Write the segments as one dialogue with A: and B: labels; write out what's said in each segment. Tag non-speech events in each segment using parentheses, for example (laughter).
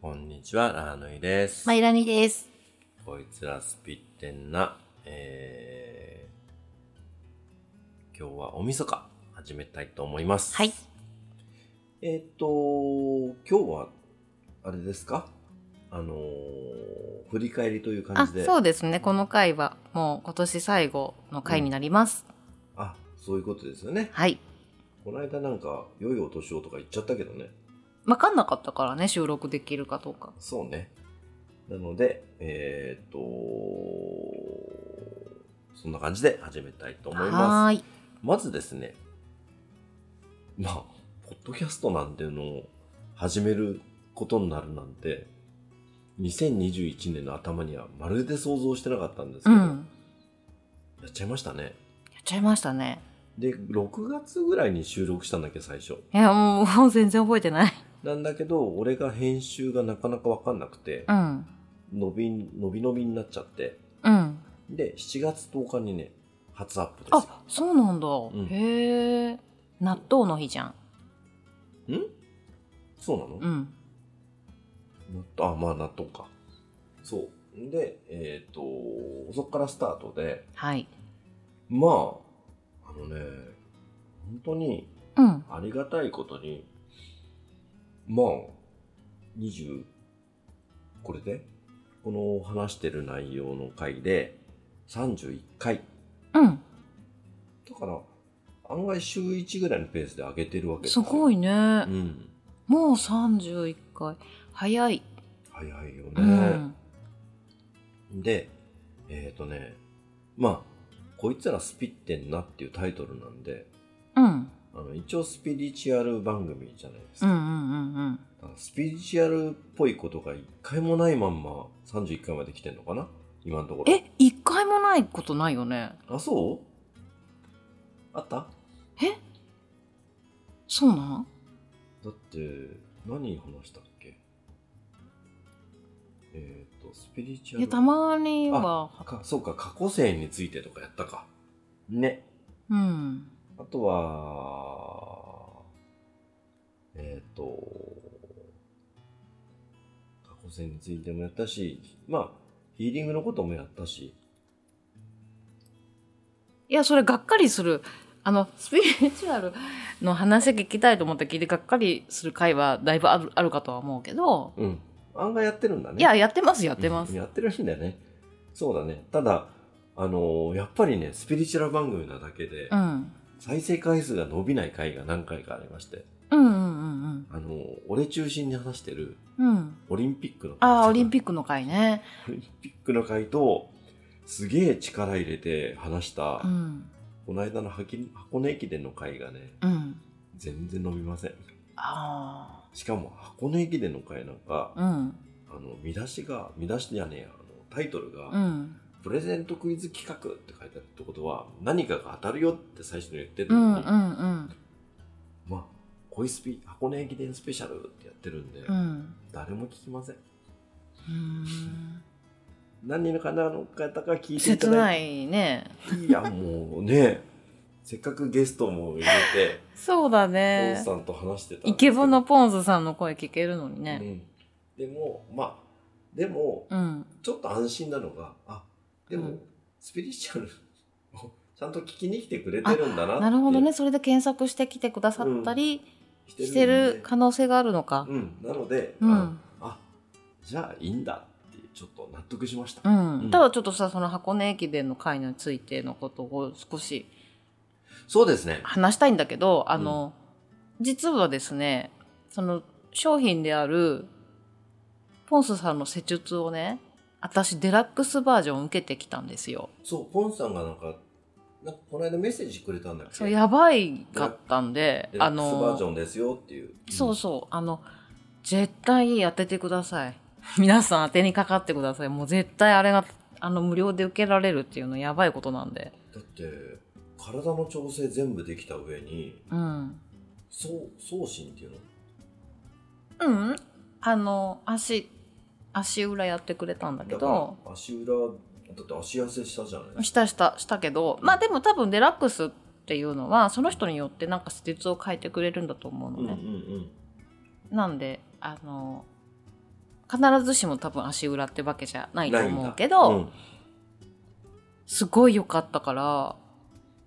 A: こんにちは、ラーヌイです。
B: マイラニです。
A: こいつらスピッテンな、えー、今日はおみそか始めたいと思います。
B: はい。
A: えっ、と、今日は、あれですかあのー振り返りという感
B: あ、
A: じで。
B: そうですね。この回はもう今年最後の回になります。
A: あそういうことですよね。
B: はい。
A: この間なんか、良いお年をとか言っちゃったけどね。
B: わかんなかったからね、収録できるかどうか。
A: そうね。なので、えっ、と、そんな感じで始めたいと思います
B: は。ーい。
A: まずですね、まあ、ポッドキャストなんていうのを始めることになるなんて、2021年の頭にはまるで想像してなかったんですけ
B: う
A: ど、
B: ん。
A: やっちゃいましたね。
B: やっちゃいましたね。
A: で、6月ぐらいに収録したんだっけ、最初。
B: いや、もうもう全然覚えてない。
A: なんだけど、俺が編集がなかなかわかんなくて
B: う、ん。
A: 伸び、伸び伸びになっちゃって、
B: うん。
A: で、7月10日にね、初アップですよ。
B: あ、そうなんだ。
A: ん
B: へえ。納豆の日じゃん。
A: んそうなの、
B: うん。
A: 納豆あまあ納豆かそうでえっ、とそこからスタートで
B: はい。
A: まああのね本当に
B: うん。
A: ありがたいことにまあ20これでこの話してる内容の回で31回
B: うん。
A: だから案外週1ぐらいのペースで上げてるわけです
B: す
A: よ
B: ごいね。
A: うん
B: もう31回。早い。
A: 早いよね、
B: うん。
A: で、えっ、とね、まあ、こいつらスピってんなっていうタイトルなんで、
B: うん。
A: あの一応スピリチュアル番組じゃないです
B: うんうんう
A: か。
B: んうん。
A: だからスピリチュアルっぽいことが一回もないまんま31回まで来てんのかな今のところ。
B: え、一回もないことないよね。
A: あ、そうあった
B: そうなん
A: だって、何話したっけえっ、と、スピリチュア
B: い
A: ル。
B: や、たまには、
A: かそうか、過去生についてとかやったか。ね。
B: うん。
A: あとは、えっ、と、過去戦についてもやったし、まあ、ヒーリングのこともやったし、
B: いや、それがっかりする。あの、スピリチュアルの話聞きたいと思った聞いて、がっかりする回はだいぶあるあるかとは思うけど、
A: うん。案外やってるんだね。
B: いや、やってます、やってま
A: うん
B: す。
A: やってるらしいんだよね。そうだね。ただ、あのーやっぱりね、スピリチュアル番組なだけで、
B: うん。
A: 再生回数が伸びない回が何回かありまして、
B: うんうんうん
A: あのー俺中心に話してる
B: うん。うん。
A: オリンピックの
B: ああ、オリン
A: ッ
B: ピックの回ね。
A: ク。オリンピックの回と、すげえ力入れて話した、
B: うん。
A: この間の箱根箱根駅伝の回がね、
B: うん。
A: 全然伸びません。
B: あ
A: しかも箱根駅伝の回なんか
B: あ。、うん。
A: あの、見出しが、見出しじゃねえや、あのタイトルが、
B: うん。
A: プレゼントクイズ企画って書いてあるってことは、何かが当たるよって最初に言ってた
B: う
A: の
B: ん
A: に、
B: うんうん。
A: まあ、恋スピ、箱根駅伝スペシャルってやってるんで、
B: うん。
A: 誰も聞きません。
B: うー
A: 何人かなの方が聞
B: ん
A: いてい
B: 切
A: ただ
B: ないいね。
A: て、いや、もうね、せっかくゲストも入れて、
B: そうだ
A: ポ
B: ね
A: ン。さんと話してたんですけど
B: イケボのポンズさんの声聞けるのにね。
A: うん、でもまあでも
B: うん。
A: ちょっと安心なのがあでも、
B: うん
A: スピリチュアルを (laughs) ちゃんと聞きに来てくれてるんだなって
B: なるほどね。それで検索してきてくださったり
A: し
B: してる可能性があるのか。
A: うんなので、
B: うん
A: ああじゃあいいんだってちょっと納得しました、
B: う
A: う
B: ん。
A: ん
B: ただちょっとさ、その箱根駅伝の会についてのことを少し
A: そうですね
B: 話したいんだけど、あの、実はですね、その商品であるポンスさんの施術をね、私デラックスバージョン受けてきたんですよ。
A: そうポンさんがなんかなんかこの間メッセージくれたんだっけ
B: そうやばいかったんで、
A: デラッ
B: あ
A: クスバージ
B: の、
A: ョンですよっていう、
B: そうそう、あの、絶対当ててください。 (laughs) 皆さん当てにかかってください。もう絶対あれが、あの、無料で受けられるっていうのやばいことなんで。
A: だって体の調整全部できた上に
B: うん。
A: そう送信っていうの
B: うん。あの、足、足裏やってくれたんだけ
A: だか
B: ど、
A: ら足裏だって足痩せしたじゃない
B: したした、したけど、まあでも多分デラックスっていうのは、その人によってなんか施術を変えてくれるんだと思うのね。
A: ん
B: なんで、あの、必ずしも多分足裏ってわけじゃないと
A: ないんだ
B: 思うけど、
A: うん
B: すごい良かったから、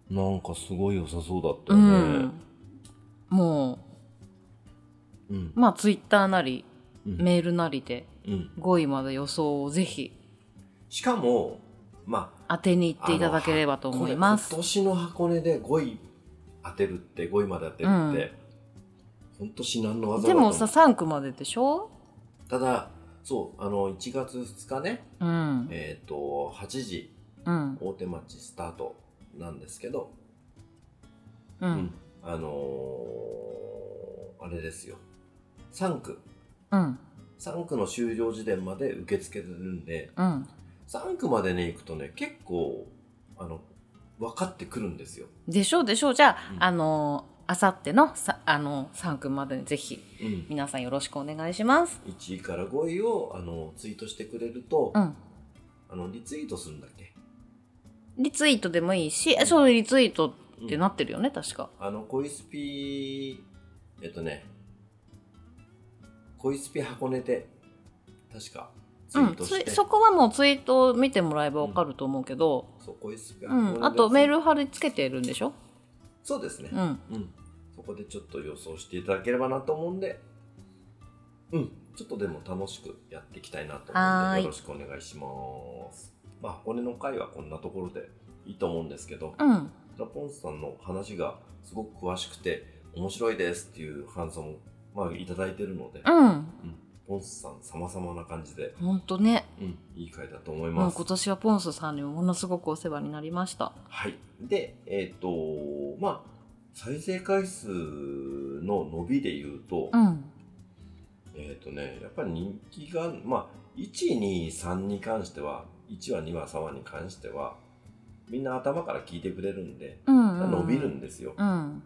A: なんかすごい良さそうだった
B: う
A: よね。
B: ん、も
A: うん
B: うまあツイッターなり
A: うん
B: メールなりで
A: うん
B: 5位まで予想をぜひ
A: しかも、まあ、
B: 当てに行っていただければと思います
A: これ今年の箱根で5位当てるって、5位まで当てるって、本当至難の技だ
B: で
A: と思
B: も
A: う
B: さ3区まででしょ
A: ただ、そう、あの、1月2日ね、
B: うん
A: えっ、と、8時、
B: うん
A: 大手町スタートなんですけど、
B: う
A: うん
B: ん
A: あのーあれですよ。3区。
B: うん
A: 3区の終了時点まで受け付けてるんで、
B: うん
A: 3区までね、行くとね、結構、あの、分かってくるんですよ。
B: でしょうでしょうじゃあ、
A: うん
B: あのあさってのさあの3区までにぜひ
A: うん。
B: 皆さんよろしくお願いします
A: 1位から5位を、あの、ツイートしてくれると、
B: うん
A: あの、リツイートするんだっけ
B: リツイートでもいいしえそうリツイートってなってるよね、確か
A: あの、コイスピえっとね、コイスピ箱根で、確か、ツイー
B: うん、
A: ト
B: つ
A: し
B: い
A: て、
B: そこはもうツイートを見てもらえばわかると思うけど、
A: そう、コイスピ
B: う
A: 箱根
B: ん
A: で
B: あとメール貼り付けてるんでしょ、
A: そうですね。
B: うん、
A: うん、そこでちょっと予想していただければなと思うんで、うん、ちょっとでも楽しくやっていきたいなと思う
B: は
A: ん
B: ー
A: で、
B: い
A: よろしくお願いします。まあ、箱根の会はこんなところでいいと思うんですけど、
B: うん、
A: ラポンスさんの話がすごく詳しくて、面白いですっていう感想も、まあ、いただいてるので、
B: うん、
A: うん、ポンスさん様々な感じで、
B: ほんとね、
A: うん、いい回だと思い
B: も
A: ま
B: う
A: す
B: 今。年はポンスさんにもものすごくお世話になりました。
A: はい。で、えっ、と、まあ、再生回数の伸びで言うと、
B: うん、
A: えっ、とね、やっぱり人気が、まあ、1、2、3に関しては、1話、2話、3話に関しては、みんな頭から聞いてくれるんで、
B: うん、うん
A: 伸びるんですよ。
B: うん、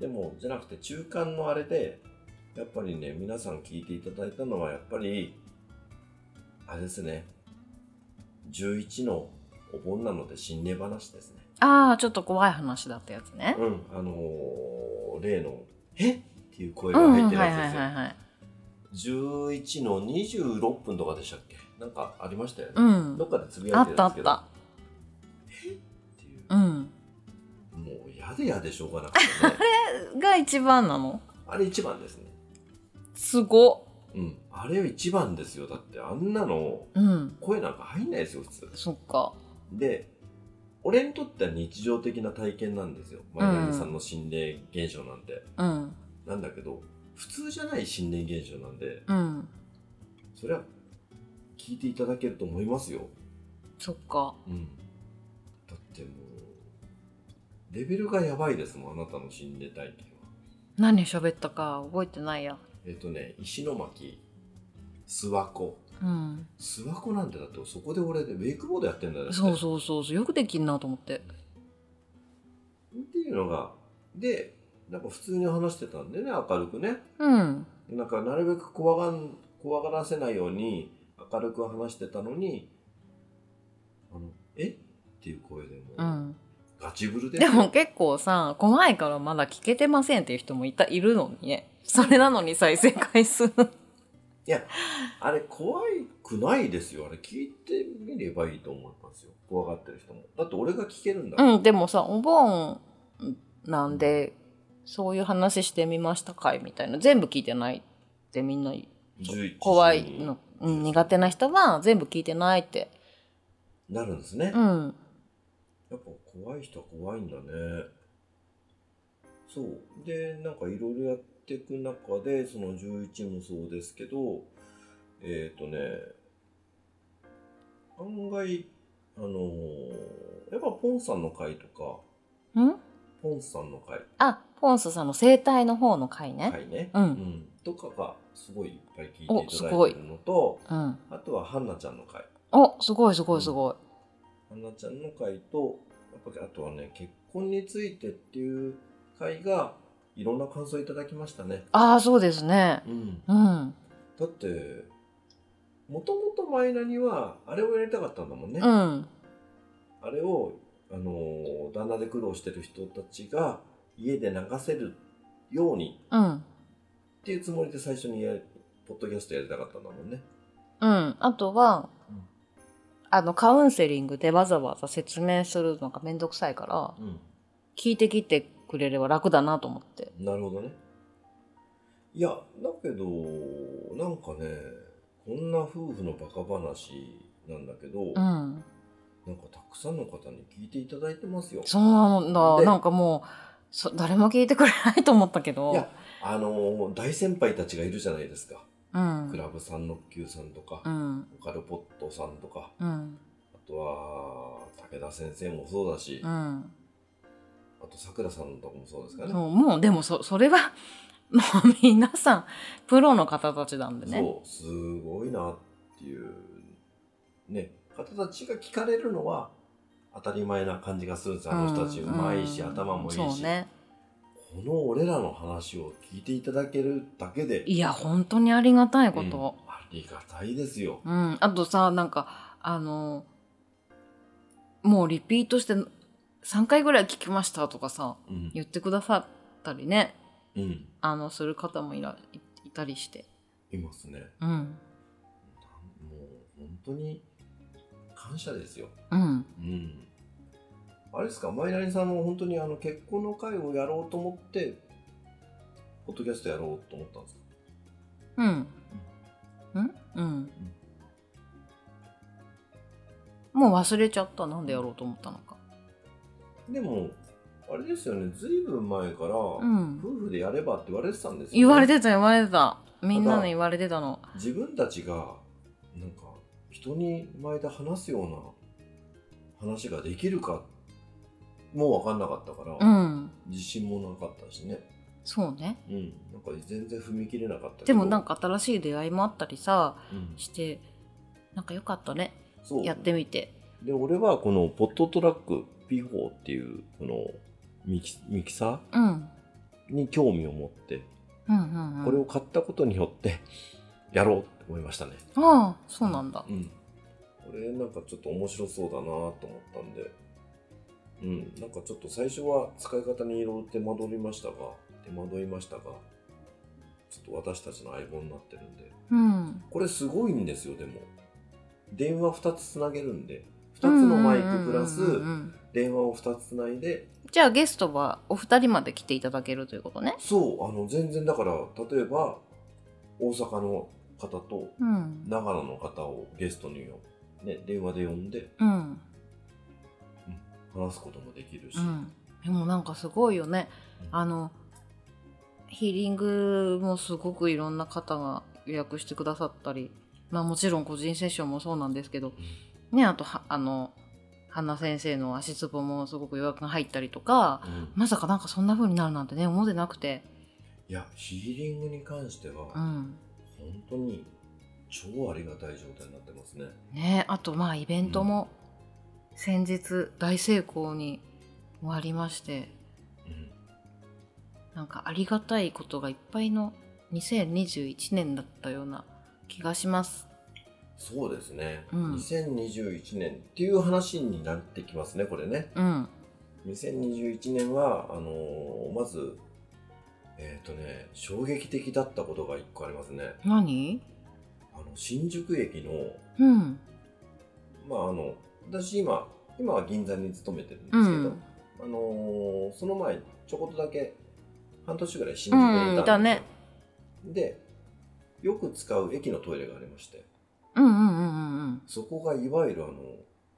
A: でも、じゃなくて中間のあれで、やっぱりね、皆さん聞いていただいたのは、やっぱり、あれですね、11のお盆なので心霊話ですね。
B: ああ、ちょっと怖い話だったやつね。
A: うん、あのー例の、えっていう声が
B: うん、
A: 入っ
B: は
A: てる
B: いはい
A: やつ
B: は
A: ですよ。
B: いはい。
A: 11の26分とかでしたっけなんかありましたよね。
B: うん
A: ど、っかでつぶや
B: あ
A: いてる
B: ったあ
A: んです
B: っ
A: けど。
B: た。
A: っていう
B: うん、
A: もう嫌で嫌でしょうがなくて、ね、
B: (laughs) が一番なの。
A: あれ一番ですね。
B: すご。
A: うん。あれ一番ですよ。だってあんなの
B: うん、
A: 声なんか入んないですよ、普通。
B: そっか。
A: で、俺にとっては日常的な体験なんですよ。マイナミさんの心霊現象なんて。
B: うん、
A: なんだけど、普通じゃない心霊現象なんで、
B: うん、
A: それは聞いていただけると思いますよ。
B: そっか。
A: うん。だってもう、レベルがやばいですもん、あなたの心霊体験は。
B: 何喋ったか覚えてないや。
A: えっとね、石巻、諏訪湖。
B: うん、
A: 諏訪湖なんてだってそこで俺でウェイクボードやってんだよだって
B: そうそうそうそう、よくできんなと思って。
A: っていうのが、で、なんか普通に話してたんでね、明るくね。
B: うん、
A: なんかなるべく怖がん、怖がらせないように明るく話してたのに、あの、えっていう声でもう、
B: うん。
A: ガチブルで
B: でも結構さ怖いからまだ聞けてませんっていう人もいたいるのにねそれなのに再生回数
A: いや、あれ怖くないですよ。あれ聞いてみればいいと思いますよ。怖がってる人も。だって俺が聞けるんだから。
B: (laughs) うんでもさお盆なんでそういう話してみましたかいみたいな全部聞いてないってみんな
A: 11
B: 怖い
A: 時に
B: の、うん、苦手な人は全部聞いてないって
A: なるんですね。
B: うん
A: やっぱ怖い人は怖いんだね。そう。で、なんかいろいろやっていく中で、その11もそうですけど、えっ、とね、案外、あのーやっぱポンさんの回とか、
B: ん
A: ポンさんの回、
B: あポンスさんの生態の方の回ね、
A: 回ね、
B: うん
A: とかがすごいいっぱい聞いていただいてるのと、
B: うん
A: あとはハンナちゃんの回。
B: おすごいすごいすごい、
A: はなちゃんの回と、やっぱりあとはね、結婚についてっていう回が、いろんな感想いただきましたね。
B: ああそうですね
A: うん。
B: うん
A: だって、もともとマイナには、あれをやりたかったんだもんね。
B: うん
A: あれを、あのー旦那で苦労してる人たちが、家で流せるように
B: うん
A: っていうつもりで最初にや、ポッドキャストやりたかったんだもんね。
B: うん、あとは、
A: うん
B: あのカウンセリングでわざわざ説明するのがめんどくさいから
A: う
B: 聞いてきてくれれば楽だなと思って
A: ん。なるほどね。いや、だけど、なんかね、こんな夫婦のバカ話なんだけど、
B: うん
A: なんかたくさんの方に聞いていただいてますよ。
B: そうなんだ
A: で
B: なんかもうそ誰も聞いてくれないと思ったけど
A: いや、あのー大先輩たちがいるじゃないですか。
B: うん
A: クラブさん、ノッキューさんとか、
B: うん
A: オカルポットさんとか、
B: うん
A: あとは、武田先生もそうだし、
B: う
A: あ
B: ん
A: とさくらさんとかもそうですかね。
B: そうもうでもそそれはもう皆さんプロの方たちなんでね
A: そう、すごいなっていう、ね、方たちが聞かれるのは当たり前な感じがするんです。あの人たち、うまいし、
B: うん
A: 頭もいいし、
B: そうね
A: この俺らの話を聞いていただけるだけで、
B: いや本当にありがたいこと、
A: うんありがたいですよ。
B: うん、あとさなんかあのもうリピートして3回ぐらい聞きましたとかさ
A: うん。
B: 言ってくださったりね
A: うん。
B: あのする方もいらいいたりして、
A: いますね。
B: うん
A: もう、本当に感謝ですよ。
B: うん、
A: うん。あれですか、マイナリさんも本当にあの結婚の会をやろうと思って、ポッドキャストやろうと思ったんですか
B: うんうんうんもう忘れちゃったなんでやろうと思ったのか
A: でも、あれですよね、ずいぶん前から、
B: うん
A: 夫婦でやればって言われてたんですよ、ね。
B: 言われてた言われてたみんなの言われてたの
A: 自分たちが、なんか、人に前で話すような話ができるか、もう分かんなかったから、
B: うん
A: 自信もなかったしね。
B: そうね
A: うん。なんか全然踏み切れなかったけど。
B: でもなん
A: か、
B: か新しい出会いもあったりさ
A: うん、
B: してなんかよかったね
A: そう。
B: やってみて
A: で、俺はこのポットトラック P4 っていう、このミキミキサ
B: うん
A: ーに興味を持って、
B: うんうんうん
A: これを買ったことによって、やろうって思いましたね。
B: ああそうなんだ
A: うん。これなんかちょっと面白そうだなと思ったんで、うん、なんかちょっと最初は使い方にいろいろ手間取りましたが、手間取りましたが、ちょっと私たちの相棒になってるんで、
B: うん
A: これすごいんですよ、でも。電話2つつなげるんで、2つのマイクプラス
B: うんうんうんうん
A: 電話を2つつないで、
B: じゃあゲストはお二人まで来ていただけるということね
A: そう、あの、全然だから、例えば、大阪の方と
B: うん
A: 長野の方をゲストによ、ね、電話で呼んで
B: うん
A: 話すこともできるし、
B: うんでもなんかすごいよねあのヒーリングもすごくいろんな方が予約してくださったりまあもちろん個人セッションもそうなんですけどねあとはあの花先生の足つぼもすごく予約が入ったりとか
A: うん
B: まさかなんかそんな風になるなんてね思ってなくて
A: いや、ヒーリングに関して
B: う
A: は、
B: ん
A: 本当に超ありがたい状態になってますね。
B: ねあとまあイベントも先日大成功に終わりまして
A: うん
B: なんかありがたいことがいっぱいの2021年だったような気がします
A: そうですね、
B: うん
A: 2021年っていう話になってきますね、これね。
B: うん
A: 2021年は、あのーまず、えっ、とね、衝撃的だったことが1個ありますね。
B: 何
A: あの新宿駅の、
B: うん
A: まああの、私今、今は銀座に勤めてるんで
B: う
A: すけど、
B: ん
A: あのーその前、ちょこっとだけ、半年ぐらい新宿にいたんですよ
B: うんいたね
A: で、よく使う駅のトイレがありまして、
B: うんうんうんうんうん
A: そこがいわゆるあの、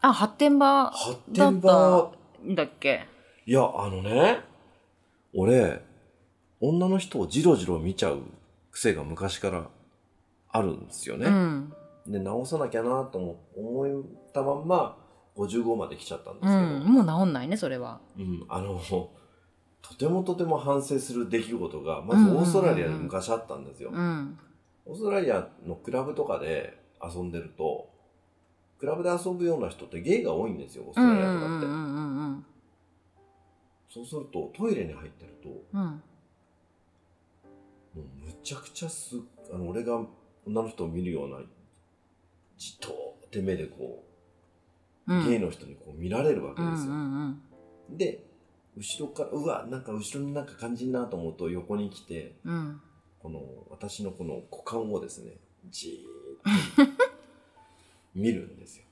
B: あ発展場
A: 発
B: だ
A: 展場
B: っ、たんだっけ
A: いや、あのね、俺、女の人をじろじろ見ちゃう癖が昔からあるんですよね。
B: うん
A: で、直さなきゃなとも思ったまんま、55まで来ちゃったんです
B: う
A: けど、
B: んもう治んないねそれは
A: うん、あの、とてもとても反省する出来事が、まずオーストラリアで昔あったんですよ。
B: うん
A: オーストラリアのクラブとかで遊んでると、クラブで遊ぶような人ってゲイが多いんですよ、オース
B: う
A: ト
B: んう
A: ラ
B: ん
A: リ
B: う
A: アと
B: ん
A: かって。
B: うんうん
A: そうすると、トイレに入ってると、も
B: うん
A: うむちゃくちゃす、あの、俺が女の人を見るような、じっとーって目でこ
B: う
A: う、
B: ん
A: ゲイの人にこう見られるわけ
B: うんう
A: ですよ。
B: んうん
A: で、後ろから、うわ、なんか後ろになんか感じんなと思うと横に来て、
B: うん
A: この私のこの股間をですねじーっ見るんです
B: (laughs)
A: よ。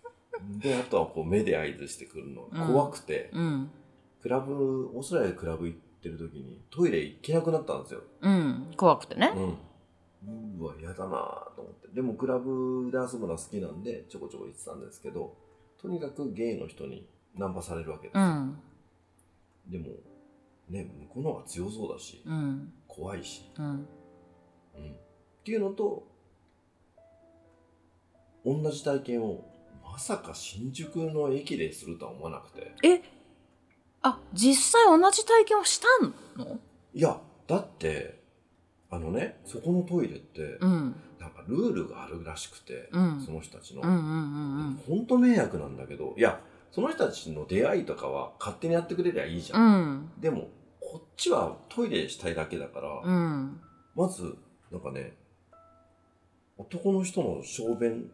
A: で、あとはこう目で合図してくるのが怖くて、
B: うん
A: クラブ、オーストラリアでクラブ行ってる時にトイレ行けなくなったんですよ。
B: うん怖くてね
A: うん。うわ、嫌だなぁと思って。でもクラブで遊ぶのは好きなんで、ちょこちょこ行ってたんですけど、とにかくゲイの人にナンパされるわけです
B: う
A: よ。
B: ん
A: でも、ね、向こうの方が強そうだし、
B: うん
A: 怖いし、
B: うん
A: うんっていうのと、同じ体験をまさか新宿の駅でするとは思わなくて。
B: えあ実際同じ体験をしたの
A: いや、だって、あのね、そこのトイレって、
B: うん
A: なんかルールがあるらしくて、
B: うん
A: その人たちの。
B: うんうんうん
A: ほんと迷惑なんだけど、いや、その人たちの出会いとかは勝手にやってくれりゃいいじゃ。
B: うんん
A: でも、こっちはトイレしたいだけだから、
B: うん
A: まず、なんかね、男の人の小便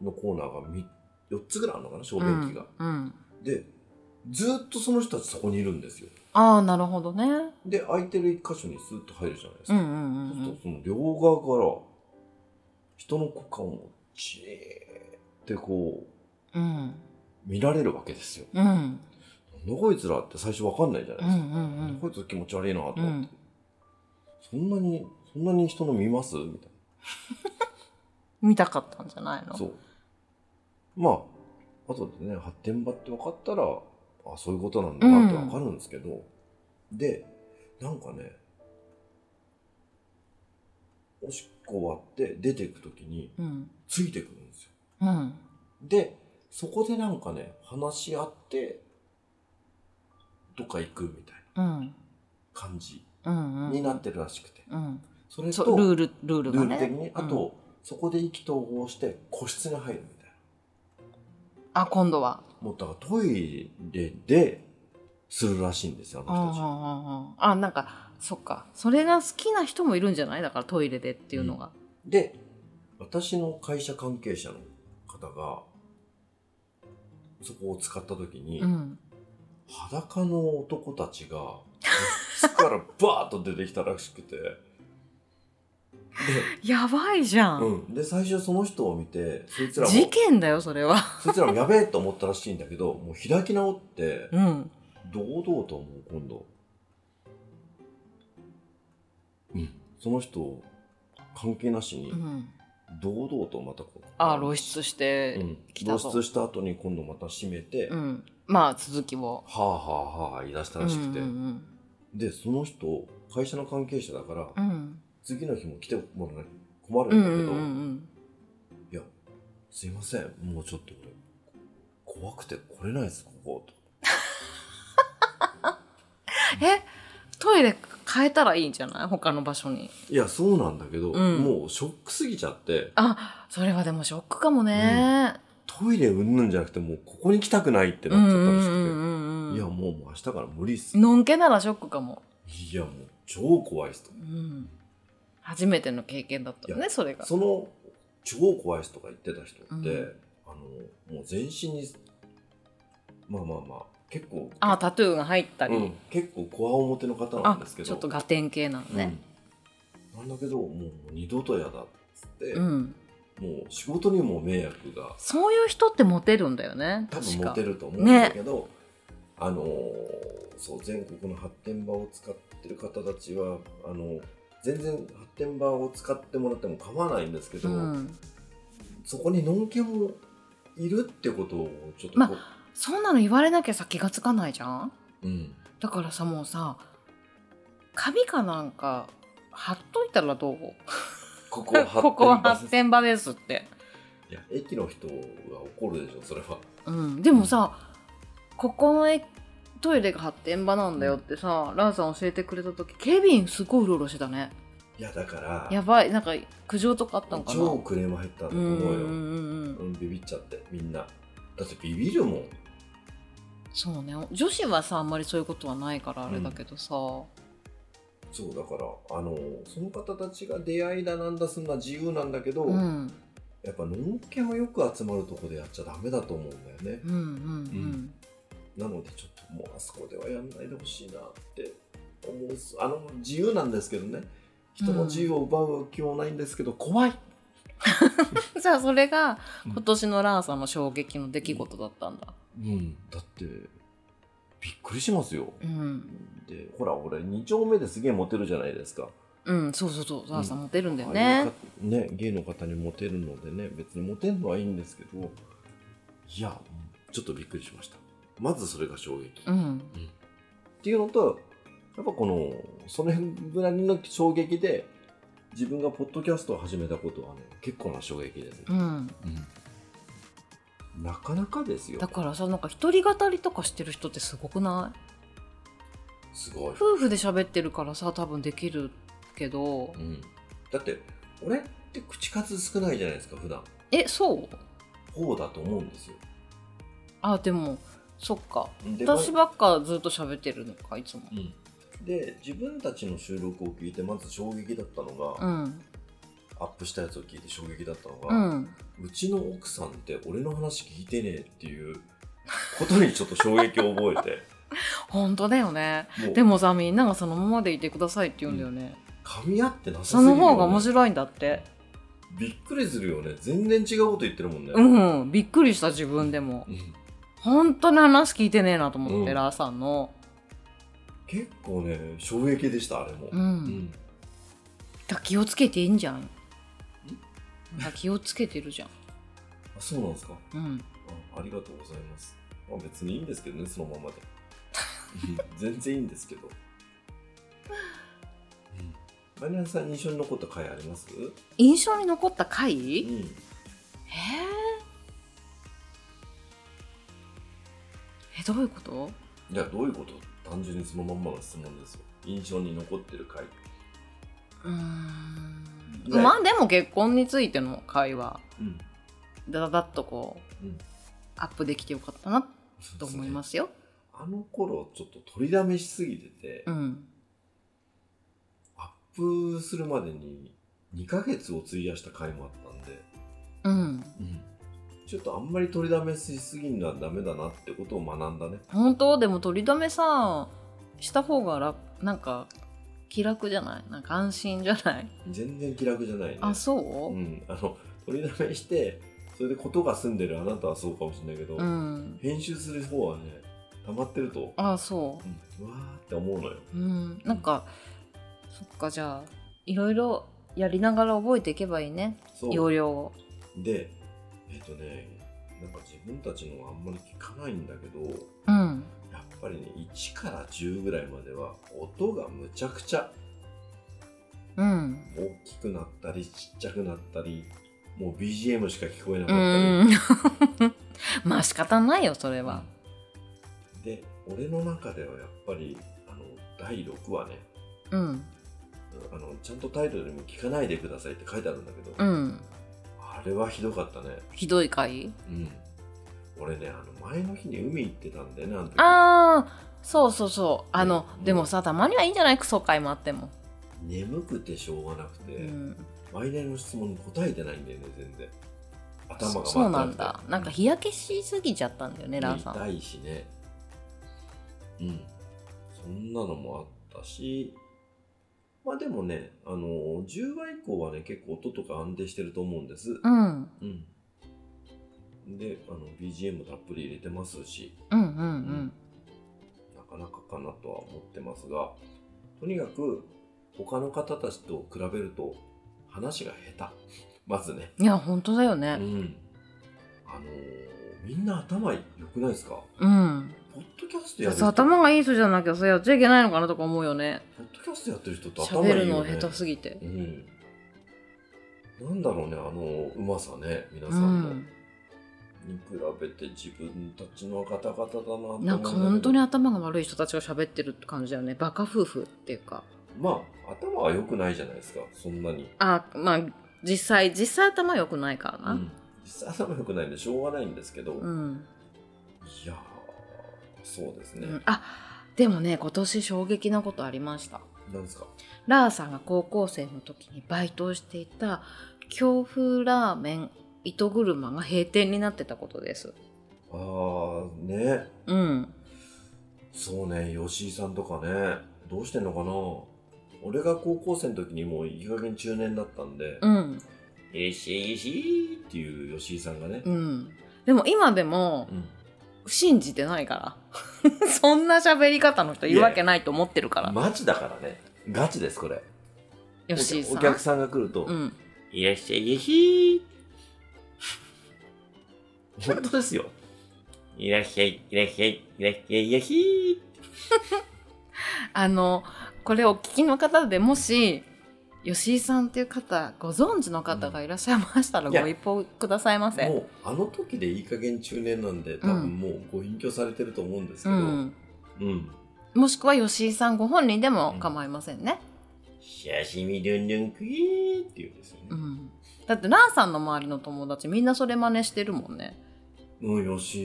A: のコーナーがみ4つぐらいあるのかな、小便器が。
B: うんうん
A: で、ずーっとその人たちそこにいるんですよ。
B: ああなるほどね
A: で、空いてる1箇所にスーッと入るじゃないです
B: う
A: か。
B: んうんう
A: そうする
B: ん
A: と、その両側から、人の股間をじーってこう、
B: うんうん
A: 見られるわけですよ。
B: うん
A: なんだこいつらって最初わかんないじゃな
B: う
A: い
B: んう
A: ですか。
B: んうん
A: こいつ気持ち悪いなと
B: う
A: 思っ
B: ん
A: て、そんなに、そんなに人の見ますみたいな。
B: 見たかったんじゃないの
A: そう。まあ、後でね、発展場って分かったら、あ、そういうことなんだなって分かるんですけど、で、なんかね、おしっこ終わって出ていくときに、
B: うん
A: ついてくるんですよ。
B: うん
A: で、そこでなんかね、話し合って、どっか行くみたいな
B: うん
A: 感じ
B: うん
A: になってるらしくて。
B: うん
A: それと、
B: そうルールルール
A: ル
B: が
A: ール的
B: ね
A: に、あと、そこで意気投合して個室に入るみたいな。
B: あ今度は
A: もうだからトイレでするらしいんですよ、あ
B: うんうん
A: の
B: う
A: 人たち。
B: んうんあなんかそっかそれが好きな人もいるんじゃないだからトイレでっていうのが
A: で、私の会社関係者の方が、そこを使った時に、
B: うん
A: 裸の男たちが、室からバーッと出てきたらしくて、で、
B: やばいじゃん、
A: うん。で、最初その人を見て、そいつらも、
B: 事件だよそれは
A: そいつらもやべえと思ったらしいんだけど、もう開き直って、
B: うん
A: 堂々と思う今度うんその人関係なしに
B: うん
A: 堂々とまたこう
B: あ露出し
A: う
B: て
A: ん
B: き
A: 露
B: たぞ
A: 出した後に今度また閉めて、
B: うん、
A: は
B: まあ続きを
A: あはあはあ言い出したらしくて、
B: うん
A: でその人会社の関係者だから、
B: うんうん
A: 次の日も来てもらわない困
B: う
A: るん
B: んう
A: だけ
B: ん
A: ど、
B: うん
A: いやすいませんもうちょっと俺怖くて来れないですここと
B: えトイレ変えたらいいんじゃない他の場所に
A: いやそうなんだけど、
B: うん
A: もうショックすぎちゃって
B: あそれはでもショックかもね、
A: トイレうんぬんじゃなくてもうここに来たくないってな
B: うん
A: っ
B: う
A: ちゃっ
B: ん
A: た
B: う
A: らしくて、
B: んうん
A: いやもうもう明日から無理っす、
B: のんけならショックかも、
A: いやもう超怖いっすと
B: うん、初めての経験だったよ
A: い
B: ねそれが
A: その超怖いっすとか言ってた人って、
B: うん
A: あのもう全身にまあまあまあ結構
B: あタトゥーが入ったり、
A: うん、結構こわ表の方なん
B: あ
A: ですけど
B: ちょっとガテン系なのね
A: うんなんだけどもう二度とやだっつって、
B: うん、
A: もう仕事にも迷惑が
B: そういう人ってモテるんだよね
A: 多
B: 確
A: 分モ
B: か
A: テると思うんだけど、あのーそう全国の発展場を使ってる方たちはあの全然発展場を使ってもらっても構わないんですけど、
B: うん、
A: そこにのんけもいるってことをちょっとこう、
B: まそんなの言われなきゃさ気がつかないじゃん
A: うん、
B: だからさもうさ紙かなんか貼っといたらどう
A: ここは発展場
B: (laughs) ここは発展場ですって、
A: いや駅の人が怒るでしょそれは
B: うん、でもさ、ここのえトイレが発展場なんだよってさ、ランさん教えてくれた時警備員すごいうろうろしてたね
A: いやだから
B: やばいなんか苦情とかあったのかな
A: 超クレーム入ったんだと思うよ、
B: うんうんうんうん
A: うんビビっちゃってみんなだってビビるもん
B: そうね女子はさあんまりそういうことはないからあれだけどさ、
A: そうだからあのその方たちが出会いだなんだすんな自由なんだけど、
B: うん、うん
A: やっぱのんけもよく集まるとこでやっちゃダメだと思うんだよね
B: うんうん
A: なのでちょっともうあそこではやんないでほしいなって思うっすあの自由なんですけどね人の自由を奪う気もないんですけど怖い
B: (laughs) じゃあそれが今年のラーさんの衝撃の出来事だったんだ。
A: うん、だって、びっくりしますよ。
B: うん、
A: で、ほら、俺、二丁目ですげえモテるじゃないですか。
B: うん、そうそうそう、ラーさんモテるんだよ
A: ああいう
B: ね
A: か。ね、ゲイの方にモテるのでね、別にモテるのはいいんですけど、いや、ちょっとびっくりしました。まずそれが衝撃。
B: う
A: っ
B: ん、
A: ていうのと、やっぱこの、その辺ぐらいの衝撃で、自分がポッドキャストを始めたことはね、結構な衝撃ですね。
B: うん、
A: うんなかなかですよ
B: だ。からさ、なんか一人語りとかしてる人ってすごくない。
A: すごい。
B: 夫婦で喋ってるからさ、多分できるけど
A: う。ん、だって、俺って口数少ないじゃないですか、普段。
B: え、そう。
A: 方だと思うんですよ。
B: あ、でも、そっか。
A: で
B: 私ばっかずっと喋ってるのか、いつも。
A: うんで自分たちの収録を聞いてまず衝撃だったのが、
B: うん、
A: アップしたやつを聞いて衝撃だったの
B: う
A: が、
B: ん、
A: うちの奥さんって俺の話聞いてねえっていうことにちょっと衝撃を覚
B: (laughs)
A: え
B: 本当だよね。
A: てもう
B: でもさ、みんながそのままでいてくださいって言うんだよね。
A: 噛み合ってなさすぎ
B: そ
A: るよ
B: の
A: ね
B: 方が面白いんだって。
A: びっくりするよね全然違うこと言ってるもんね、
B: うん、びっくりした自分でも。
A: うん
B: 本当に話聞いてねえなと思って、
A: うん
B: ラーさんの。
A: 結構ね衝撃でしたあれも、
B: うん。
A: うん
B: だから気をつけていいんじゃん。だから気をつけてるじゃん。
A: あそうなんですか
B: うん。
A: あありがとうございます、まあ、別にいいんですけどねそのままでうん全然いいんですけど、うん、マリナさん印象に残った回ありますう
B: 印象に残った回、え
A: ん
B: ーえ、どういうこと
A: いやどういうこと単純にそのまんまの質問ですよ印象に残ってる回
B: うーん。
A: ね
B: まあでも結婚についての会話、
A: うん
B: だだだっとこう、
A: うん
B: アップできてよかったなと思いますよ。
A: あの頃ちょっと取りだめしすぎてて、
B: うん。
A: アップするまでに2ヶ月を費やした回もあったんで、
B: うん。
A: ちょっとあんまり取りだめしすぎるのはダメだなってことを学んだね
B: 本当でも取り留めさした方が楽なんか気楽じゃないなんか安心じゃない、
A: 全然気楽じゃないね、
B: あそううん
A: あの取りだめしてそれで事が済んでるあなたはそうかもしれないけど、
B: うん、
A: 編集する方はね溜まってると、
B: あそ
A: うん、うわーって思うのよ、
B: ううんなんかそっかじゃあいろいろやりながら覚えていけばいいね
A: そう
B: 要領を
A: でえっ、とねなんか自分たちのはあんまり聞かないんだけど
B: うん
A: やっぱりね1から10ぐらいまでは音がむちゃくちゃ
B: うん
A: 大きくなったりちっちゃくなったりもう BGM しか聞こえなか
B: う
A: ったり、
B: ん (laughs) まあ仕方ないよそれは
A: で俺の中ではやっぱりあの第6話ね
B: うん
A: あのちゃんとタイトルにも聞かないでくださいって書いてあるんだけど、
B: うん
A: あれはひどかったね、
B: ひどい回
A: うん、俺ねあの前の日に海行ってたんだよねあの時
B: ああそうそうそうあの、
A: うん
B: でもさたまにはいいんじゃないクソ回もあっても、
A: 眠くてしょうがなくて、
B: うん
A: 毎年の質問に答えてないんだよね全然頭が
B: そそうな
A: 回
B: ん
A: ってな
B: だ
A: くて
B: なんか日焼けしすぎちゃったんだよねランさん
A: 痛いしねうんそんなのもあったしまあでもねあの10話以降はね結構音とか安定してると思うんです、
B: うん
A: うん、であの BGM たっぷり入れてますし
B: うんうん
A: なかなかかなとは思ってますがとにかく他の方たちと比べると話が下手 (laughs) まずね、
B: うんいや本当だよ
A: う
B: ね
A: ん、あのーみんな頭良くないですか
B: うん、
A: ポッドキャストやる人
B: そう頭がいい人じゃなきゃそれやっちゃいけないのかなとか思うよね
A: ポッドキャストやってる人って頭いい
B: 喋
A: よ、ね、
B: るの下手すぎて
A: うん、なんだろうねあのうまさね皆
B: う
A: さんの、
B: ん
A: に比べて自分たちのガタガタだなと思うんだ
B: なん
A: けど
B: か本当に頭が悪い人たちが喋ってるって感じだよねバカ夫婦っていうか
A: まあ頭は良くないじゃないですかそんなに、
B: あまあ実際実際頭良くないから
A: う、
B: なん
A: 実際頭良くないんでしょうがないんですけど、
B: う
A: い
B: ん、
A: やーそうです
B: う
A: ね、
B: ん、あでもね今年衝撃なことありました
A: なんですか
B: ラーさんが高校生の時にバイトをしていた京風ラーメン糸車が閉店になってたことです。
A: あーね
B: うん。
A: そうね吉井さんとかねどうしてんのかな俺が高校生の時にもういい加減中年だったんで、
B: うん。
A: 石石っていう吉井さんがね、
B: うん。でも今でも
A: うん
B: 信じてないから。 (laughs) そんな喋り方の人いるわけないと思ってるから。
A: マジだからねガチですこれ
B: 吉井さん。
A: お客さんが来ると、
B: うん。
A: いらっしゃいやしー。本当ですよ。いらっしゃい、いらっしゃい、いらっしゃいやし
B: あの、これをお聞きの方でもし、吉井さんっていう方、ご存知の方がいらっしゃいましたら、
A: いや
B: ご一報くださいませ。
A: もう、あの時でいい加減中年なんで、多
B: う
A: 分
B: ん
A: もうご隠居されてると思うんですけ
B: う
A: ど、
B: ん。
A: うん。
B: もしくは吉井さんご本人でも構いませんね。
A: 刺身ルンルンクイーって言うんですよ
B: う
A: ね。
B: ん。だって、ランさんの周りの友達みんなそれ真似してるもんね。
A: うん、よし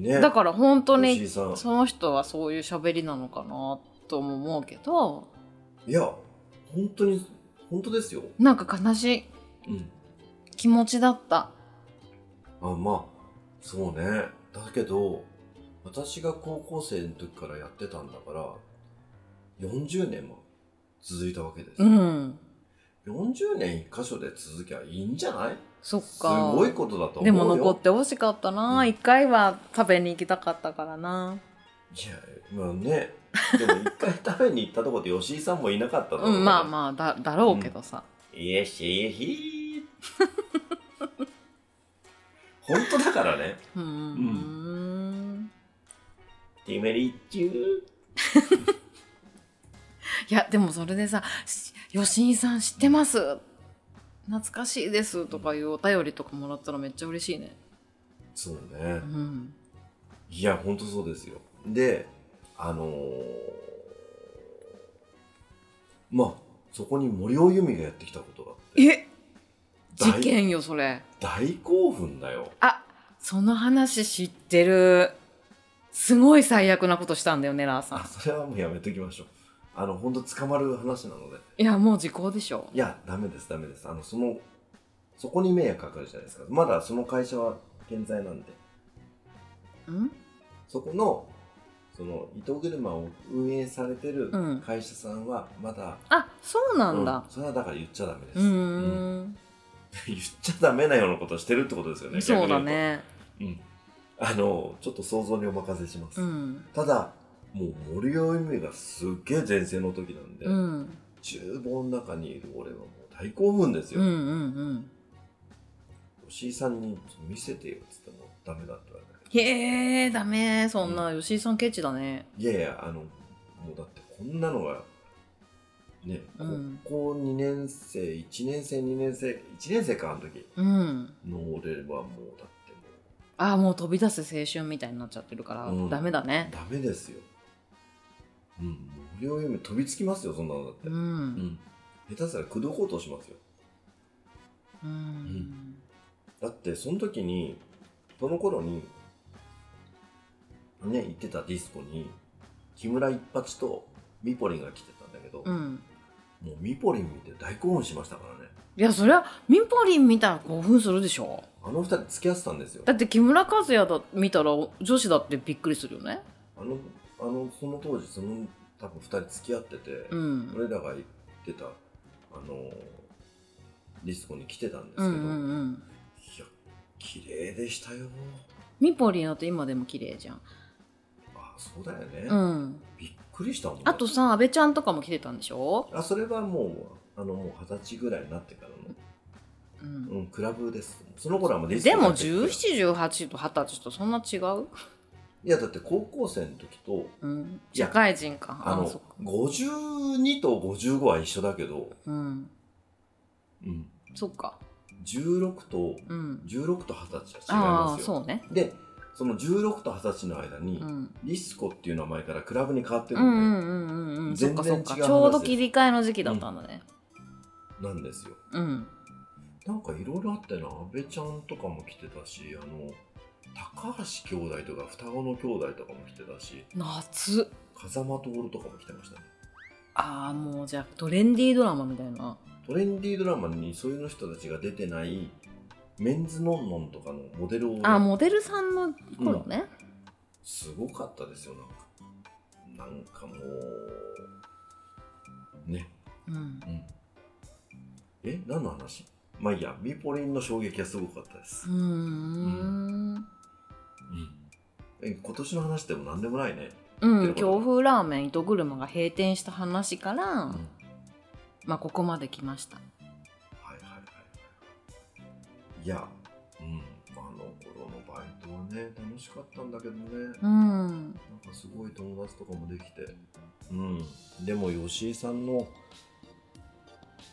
A: ーね。
B: だから本当
A: 吉井
B: に、
A: さん。
B: その人はそういう喋りなのかなとも思うけど、
A: いや、本当に、本当ですよ。
B: なんか悲し
A: うん。
B: い気持ちだった。
A: あ、まあ、そうね。だけど、私が高校生の時からやってたんだから、40年も続いたわけです。
B: うん。
A: 40年一箇所で続きゃいいんじゃない
B: そっか。
A: すごいことだと思うよ。
B: でも残ってほしかったな、
A: うん
B: 一回は食べに行きたかったからない
A: や、まあね。でも一回食べに行ったとこで吉井さんもいなかっただろ
B: うんまあ
A: あ。
B: まあだだろうけどさ、
A: いやし、いやし。 (laughs) 本当だからね。
B: うん、ん
A: ティメリッチュー。
B: いやでもそれでさ「し吉井さん知ってます懐かしいです」とかいうお便りとかもらったらめっちゃ嬉しいね
A: そうね。
B: うん
A: いや、ほんとそうですよ。で、あのーまあ、そこに森尾由美がやってきたことがあって、
B: え
A: 大
B: 事件よそれ
A: 大興奮だよ。
B: あその話知ってるすごい最悪なことしたんだよねラーさ
A: あ、
B: ん
A: それはもうやめときましょう。あの、ほんと捕まる話なので。
B: いやもう時効でしょ
A: いや、ダメです、ダメです。あの、その、そこに迷惑かかるじゃないですか。まだその会社は健在なんで。
B: うん
A: そこの、その、糸車を運営されてる
B: うん
A: 会社さんは、まだ、
B: あそうなんだ
A: う、それはだから言っちゃダメです。
B: う
A: うん
B: ーん
A: (laughs) 言っちゃダメなようなことしてるってことですよね。
B: そう
A: 逆
B: だ
A: に言う
B: ね。
A: と。うん。あの、ちょっと想像にお任せします。
B: うん。
A: ただ、もう森尾由美がすっげえ前世の時なんで、
B: うん。
A: 厨房の中にいる俺はもう大興奮です
B: うんう
A: よ。
B: んうん。
A: 吉井さんに見せてよって言ってもダメだって言われたけ
B: へえ、ダメ。そんな、吉井さんケチだね。
A: ど。いやいや、あの、もうだってこんなのが、ね、
B: うん
A: 高校2年生、1年生、2年生、1年生か、あの時
B: うん。
A: の俺はもうだってもう
B: ああ、もう飛び出す青春みたいになっちゃってるから、
A: うん
B: ダメだね。
A: ダメですよ。うん、森尾由美飛びつきますよ、そんなのだって。
B: う。
A: うんん下手したら口説こうとしますよ。
B: うん。
A: だって、その時に、その頃に、ね、行ってたディスコに、木村一八とミポリンが来てたんだけど、
B: うん。
A: もうミポリン見て大興奮しましたからね。
B: いや、そりゃ、ミンポリン見たら興奮するでしょ。
A: あの二人付き合ってたんですよ。
B: だって、木村和也だ見たら、女子だってびっくりするよね。
A: あの、あの、その当時、その、多分二人付き合ってて、
B: うん。
A: 俺らが行ってた、あの、ディスコに来てたんですけ
B: うんう
A: ど、
B: んうん。
A: いや、綺麗でしたよ。
B: ミンポリンだって今でも綺麗じゃん。
A: あ、そうだよね。
B: うん。
A: びっくりしたもん。
B: あと、さ、安倍ちゃんとかも来てたんでしょ
A: あ、それはもう、あの、もう二十歳ぐらいになってからの、
B: う
A: う
B: ん。
A: ん、クラブです。その頃はもうディスコ
B: でも
A: だけど
B: 1718と20歳とそんな違う、
A: いや、だって高校生の時と、
B: うん、
A: いや
B: 社会人か
A: あの
B: そっか、
A: 52と55は一緒だけど、
B: うん、
A: うん、
B: そっか
A: 16と、
B: うん
A: 16と20歳は違い
B: あ
A: ま
B: あ
A: すよ。
B: そうね
A: で、その16と20歳の間に、
B: うん
A: ディスコっていう名前からクラブに変わって
B: う
A: る
B: ん
A: の
B: う
A: で、
B: んうんうんそっかそっか
A: 全然違う話です
B: ちょうど切り替えの時期だったんだね
A: なんですよ。
B: うん
A: なんかいろいろあったよな、安倍ちゃんとかも来てたし、あの、高橋兄弟とか双子の兄弟とかも来てたし、
B: 夏
A: 風間徹とかも来てましたね。
B: ああもうじゃあトレンディードラマみたいな
A: トレンディードラマにそういう人たちが出てない、メンズノンノンとかのモデルを、
B: あーモデルさんの頃ね、
A: すごかったですよ、なんか。なんかもう、ね、
B: うん
A: うん。え、何の話まあいいや、ミポリンの衝撃はすごかったです。
B: うーん
A: え今年の話でも何でもないね。
B: う
A: っ
B: ん、
A: てこと
B: 京風ラーメン糸車が閉店した話から、
A: うん
B: まあここまで来ました
A: はいはいはい。いや、うん、あの頃のバイトはね、楽しかったんだけどね、なんか
B: うん
A: すごい友達とかもできて、うん、でも吉井さんの、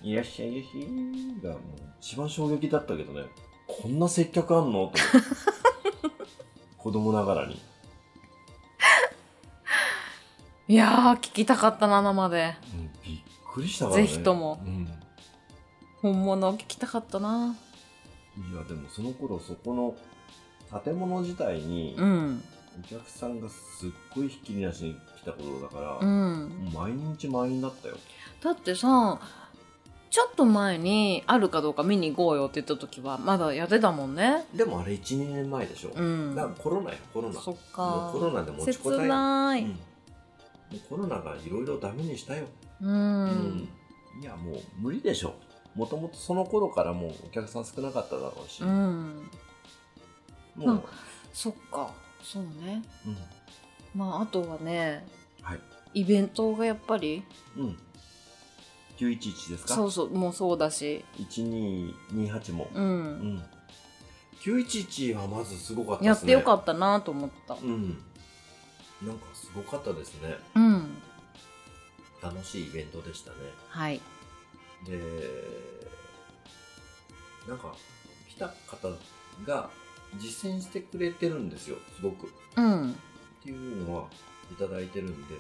A: いらっしゃいよしーがもう一番衝撃だったけどね、こんな接客あんの (laughs) と思って。子供ながらに。
B: いやー聞きたかったな生で
A: うんびっくりしたからね。
B: ぜひとも
A: うん
B: 本物を聞きたかったない
A: やでもその頃そこの建物自体に
B: うん
A: お客さんがすっごいひっきりなしに来た頃だから、
B: うん
A: もう毎日満員だったよ
B: だってさちょっと前にあるかどうか見に行こうよって言った時はまだやってたもんね
A: でもあれ12年前でしょ、
B: う
A: だから
B: ん
A: コロナよコロナ
B: そ
A: も
B: っ
A: うコ
B: か
A: ロナで持ちこ
B: 切
A: たえよ
B: ない
A: うんもうコロナがいろいろダメにしたよ、
B: うん
A: うんいやもう無理でしょもともとその頃からもうお客さん少なかっただろうし、
B: うん
A: もう、
B: そっかそうね
A: うん
B: まああとはね
A: はい
B: イベントがやっぱり
A: うん911ですか
B: そうそうもうそうだし
A: 1228も、
B: うん、
A: うん、911はまずすごかった
B: や
A: で
B: っ
A: す
B: て
A: ね
B: よかったなと思った
A: うんなんかすごかったですね
B: うん
A: 楽しいイベントでしたね
B: はい
A: でなんか来た方が実践してくれてるんですよすごくっ
B: うん
A: ていうのはいただいてるんで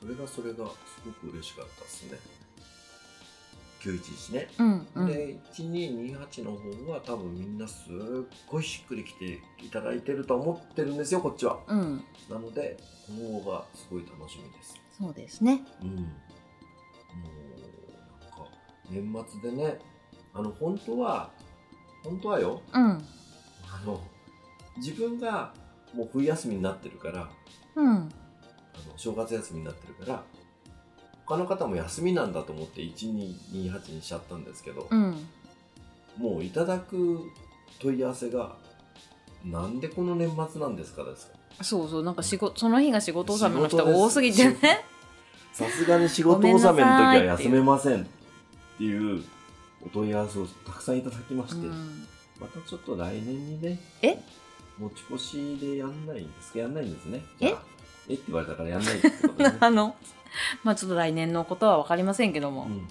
A: それがそれがすごく嬉しかったですね911ね
B: うんうん
A: で1228の方は多分みんなすっごいしっくりきていただいてると思ってるんですよこっちは
B: うん
A: なのでこの方がすごい楽しみです
B: そうですね
A: うんもうなんか年末でねあの本当は本当はよ
B: うん
A: あの自分がもう冬休みになってるから
B: うん
A: あの正月休みになってるから他の方も休みなんだと思って1228にしちゃったんですけど、
B: うん
A: もういただく問い合わせが、なんでこの年末なんですかですか
B: そうそうなんか仕事その日が仕事納めの人が多すぎてね。
A: さすがに仕事納めの時は休めませんっていうお問い合わせをたくさんいただきまして、
B: うん
A: またちょっと来年にね、
B: え
A: 持ち越しでやんないんですかやんないんですね。
B: え。
A: じゃあえって言われたからやんないってことね
B: (laughs) あのまあちょっと来年のことは分かりませんけども、
A: うんうんうん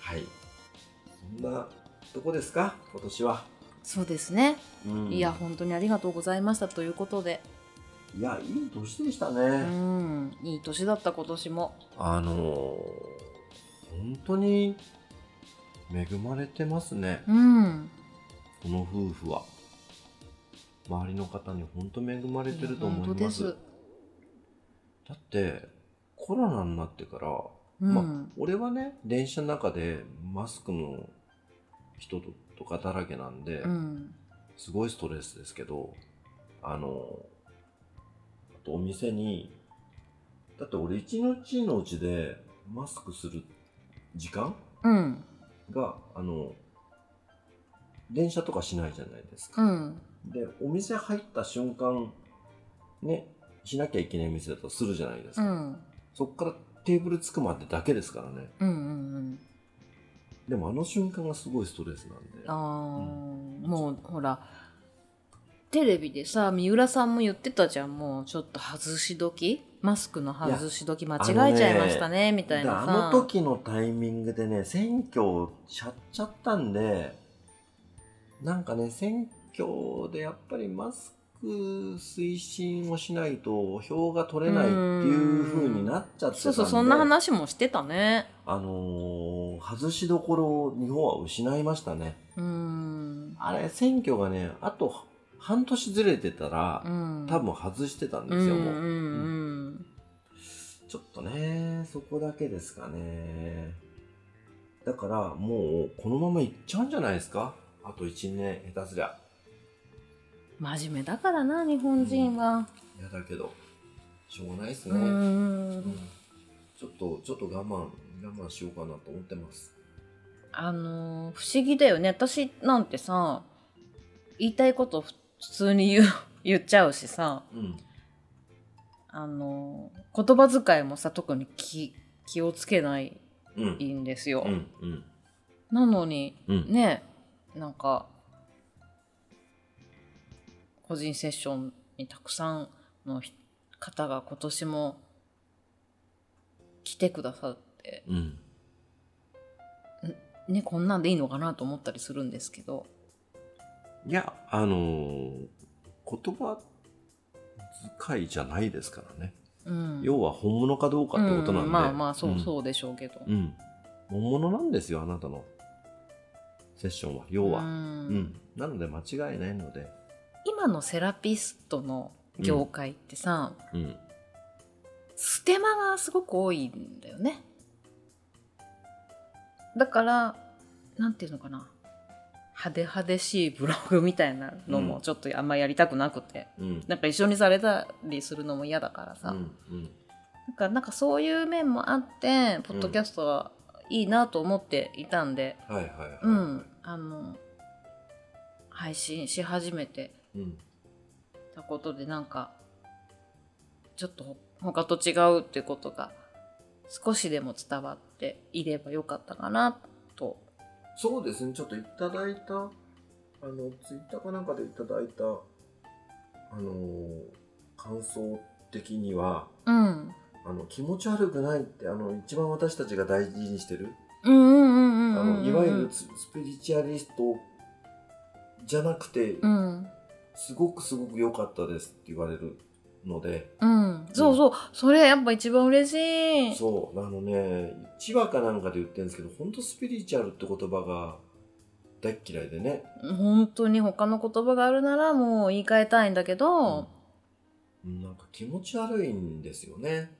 A: はい。そんなとこですか今年は。
B: そうですね、
A: うん
B: いや本当にありがとうございましたということで
A: いや、いい年でしたね。
B: うんいい年だった今年も
A: あのー本当に恵まれてますね、
B: うん
A: この夫婦は。周りの方に本当恵まれてると思い
B: 本当で
A: ます。
B: す
A: だって、コロナになってから、
B: うん、
A: まあ、俺はね、電車の中でマスクの人ととかだらけなんで、
B: うん
A: すごいストレスですけど、あのーあとお店に、だって俺一日のうちでマスクする時間
B: うん
A: があの電車とかしないじゃないです
B: う
A: か、
B: ん
A: でお店入った瞬間ねしなきゃいけない店だとするじゃないです
B: う
A: か、
B: ん
A: そっからテーブルつくまでだけですからね
B: うんうん
A: でもあの瞬間がすごいストレスなんで
B: あー、もうほらテレビでさ三浦さんも言ってたじゃんもうちょっと外し時マスクの外し時間違えちゃいましたねみたいな
A: だ
B: さ
A: からあの時のタイミングでね選挙をしちゃっちゃったんでなんかね選挙でやっぱりマスク推進をしないと票が取れないっていう風になっちゃってたんで
B: そうそうそんな話もしてたね
A: あのー外しどころを日本は失いましたね
B: うーん
A: あれ選挙がねあと半年ずれてたら、
B: うん
A: 多分外してたんで
B: う
A: す
B: ん
A: よ、
B: う
A: もうんちょっとね、そこだけですかね。だからもうこのままいっちゃうんじゃないですかあと1年下手すりゃ。
B: 真面目だからな日本人は
A: 嫌だけど、しょうがないです
B: う
A: ね。
B: ん
A: うん
B: うん
A: ちょっと、ちょっと我慢、我慢しようかなと思ってます。
B: あのー不思議だよね私なんてさ言いたいこと普通に言う (laughs) 言っちゃうしさ
A: うん。
B: あのー言葉遣いもさ特に気気をつけない
A: うん。
B: んですよ、
A: うん。うん。
B: なのに
A: うん。
B: ねなんか個人セッションにたくさんの人方が今年も来てくださって
A: うん。
B: ねこんなんでいいのかなと思ったりするんですけど
A: いや、あのー言葉遣いじゃないですからね。
B: うん
A: 要は本物かどうかってことなんで。
B: うん、まあまあそう
A: う
B: そうでしょうけど、
A: ん。うん。本物なんですよ、あなたのセッションは。要は。
B: うん
A: うん、なので間違いないので、
B: 今のセラピストの業界ってさ、
A: うん、
B: ステマがすごく多いんだよねだからなんていうのかな派手派手しいブログみたいなの
A: う
B: も
A: ん
B: ちょっとあんまやりたくなくて、
A: うん、
B: なんか一緒にされたりするのも嫌だからさ、
A: うん、うん、
B: なんかなんかそういう面もあってポッドキャストはいいなと思っていたんで、
A: はいはいはい、
B: うん、あの配信し始めて
A: うん、
B: たことでなんかちょっとほ他と違うっていうことが少しでも伝わっていればよかったかなと。
A: そうですね、ちょっといただいた、あの、ツイッターかなんかでいただいた、あのー感想的には、
B: うん、
A: あの、気持ち悪くないって、あの、一番私たちが大事にしてる、
B: うんうんうんうん
A: あ
B: うんうん
A: の、いわゆるススピリチュアリストじゃなくて、
B: うん
A: すごくすごく良かったですって言われるので、
B: うんそうそうそれやっぱ一番嬉しい
A: そう、あのね、1話かなんかで言ってるんですけど、本当スピリチュアルって言葉が大っ嫌いでね。
B: 本当に他の言葉があるならもう言い換えたいんだけど、
A: うんなんか気持ち悪いんですよね。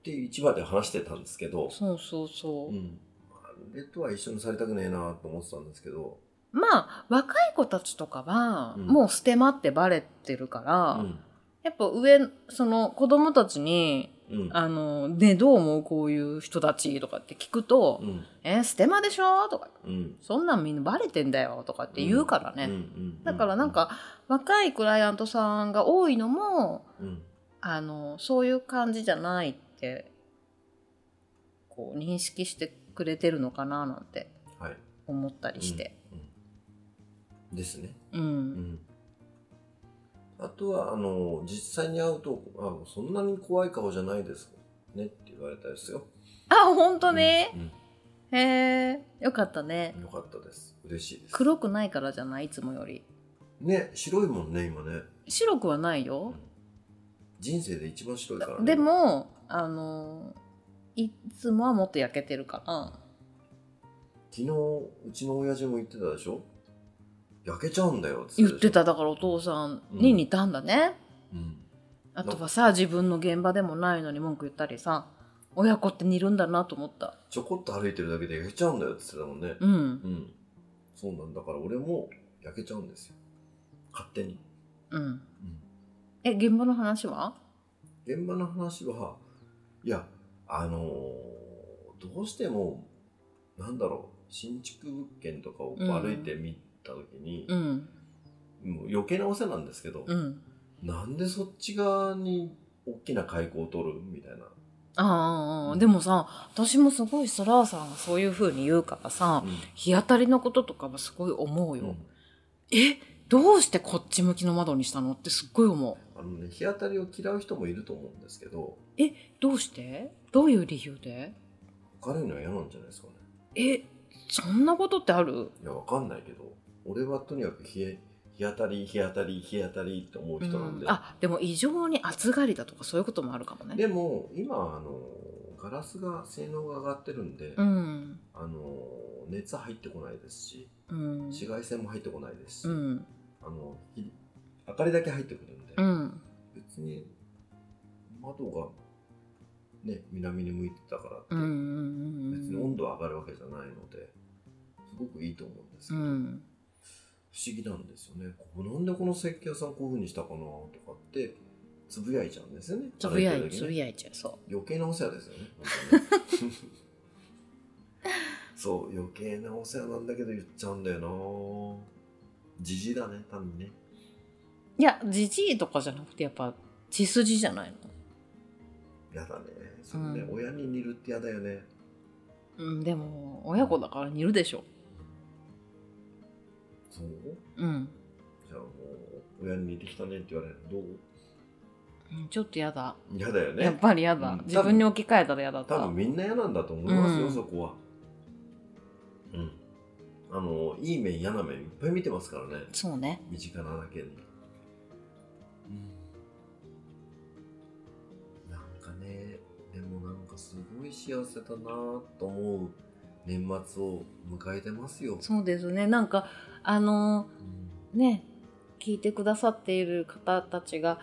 A: って1話で話してたんですけど、
B: そうそうそう、
A: うん。あれとは一緒にされたくねえなと思ってたんですけど、
B: まあ若い子たちとかは、
A: うん
B: もうステマってバレてるから、
A: うん。
B: やっぱ上その子供たちに
A: うん。
B: あの、ね、どう思うこういう人たちとかって聞くと、
A: うん。
B: え、ステマでしょとか、
A: うん。
B: そんなんみんなバレてんだよとかって言うからね。
A: うんうん
B: だからなん、か、若いクライアントさんが多いのも、
A: うん。
B: あの、そういう感じじゃないって、こう、認識してくれてるのかななんて
A: はい。
B: 思ったりして。
A: うん。うんですね。
B: うん。
A: うんあとは、あの、実際に会うと、あ、そんなに怖い顔じゃないですねって言われたですよ。
B: あ、本当
A: うん
B: に、へえ、よかったね
A: う。んよかったです。嬉しいです。
B: 黒くないからじゃないいつもより。
A: ね、白いもんね、今ね。
B: 白くはないよ。
A: 人生で一番白いからね。
B: でもあのいつもはもっと焼けてるから
A: 昨日、うちの親父も言ってたでしょ焼けちゃうんだよっつ
B: 言って
A: た
B: ただからお父さんに似たんだね、
A: でしょ。うん。
B: あとはさ自分の現場でもないのに文句言ったりさ親子って似るんだなと思った
A: ちょこっと歩いてるだけで焼けちゃうんだよっつってたもんね。
B: うん
A: うん。そうなんだから俺も焼けちゃうんですよ。勝手に。
B: うん
A: うん。
B: え現場の話は
A: 現場の話はいやあのーどうしてもなんだろう新築物件とかを
B: うん
A: 歩いてみた時に
B: う、ん
A: もう余計なお世話なんですけど、
B: うん
A: なんでそっち側に大きな開口を取るみたいな、
B: ああでもさ私もすごいソラーさんがそういう風に言うからさ
A: う
B: 日当たりのこととかもすごい思うよ、
A: ん
B: えどうしてこっち向きの窓にしたのってすっごい思う
A: あのね、日当たりを嫌う人もいると思うんですけど
B: えどうしてどういう理由で
A: 明るいのは嫌なんじゃないですかね
B: えそんなことってある
A: いやわかんないけど俺はとにかく日日当たり日当たり日当たりって思う人なんで、
B: うんあでも異常に暑がりだとかそういうこともあるかもね
A: でも今あのガラスが性能が上がってるんで、
B: うん
A: あの熱入ってこないですし
B: うん
A: 紫外線も入ってこないですし、
B: うん
A: あのひ明かりだけ入ってくるんで、
B: うん
A: 別に窓が、ね、南に向いてたからって、
B: うんうん
A: 別に
B: うん
A: 温度は上がるわけじゃないのですごくいいと思うんですけ
B: う
A: ど、
B: ん
A: 不思議なんですよねこうなんでこの設計屋さんこういう風にしたかなとかってつぶやいちゃうんですよね
B: つぶや
A: 歩
B: い
A: てる時
B: つぶ
A: ね
B: やいちゃいそ (laughs)
A: 余計なお世話ですよね本当にねそう、余計なお世話なんだけど言っちゃうんだよなじじだね、単にね。
B: いやじじいとかじゃなくてやっぱ血筋じゃないの
A: やだね。それね、
B: うん
A: 親に似るってやだよね。
B: うんでも親子だから似るでしょ
A: そう
B: うん
A: じゃあもう、親に似てきたねって言われるどう
B: うんちょっとやだ、
A: やだよ
B: やっ
A: ね。
B: ぱりやだ、
A: うん
B: 自分に置き換えたらやだっ
A: 多
B: た
A: 分みんな嫌なんだと思いますよ、
B: うん
A: そこは。うん。あの、いい面、嫌な面いっぱい見てますからね。
B: そうね
A: 身近なだけに、なんかねでもなんかすごい幸せだなぁと思う年末を迎えてますよ、
B: そうですねなんかあの
A: うん
B: ね聞いてくださっている方たちが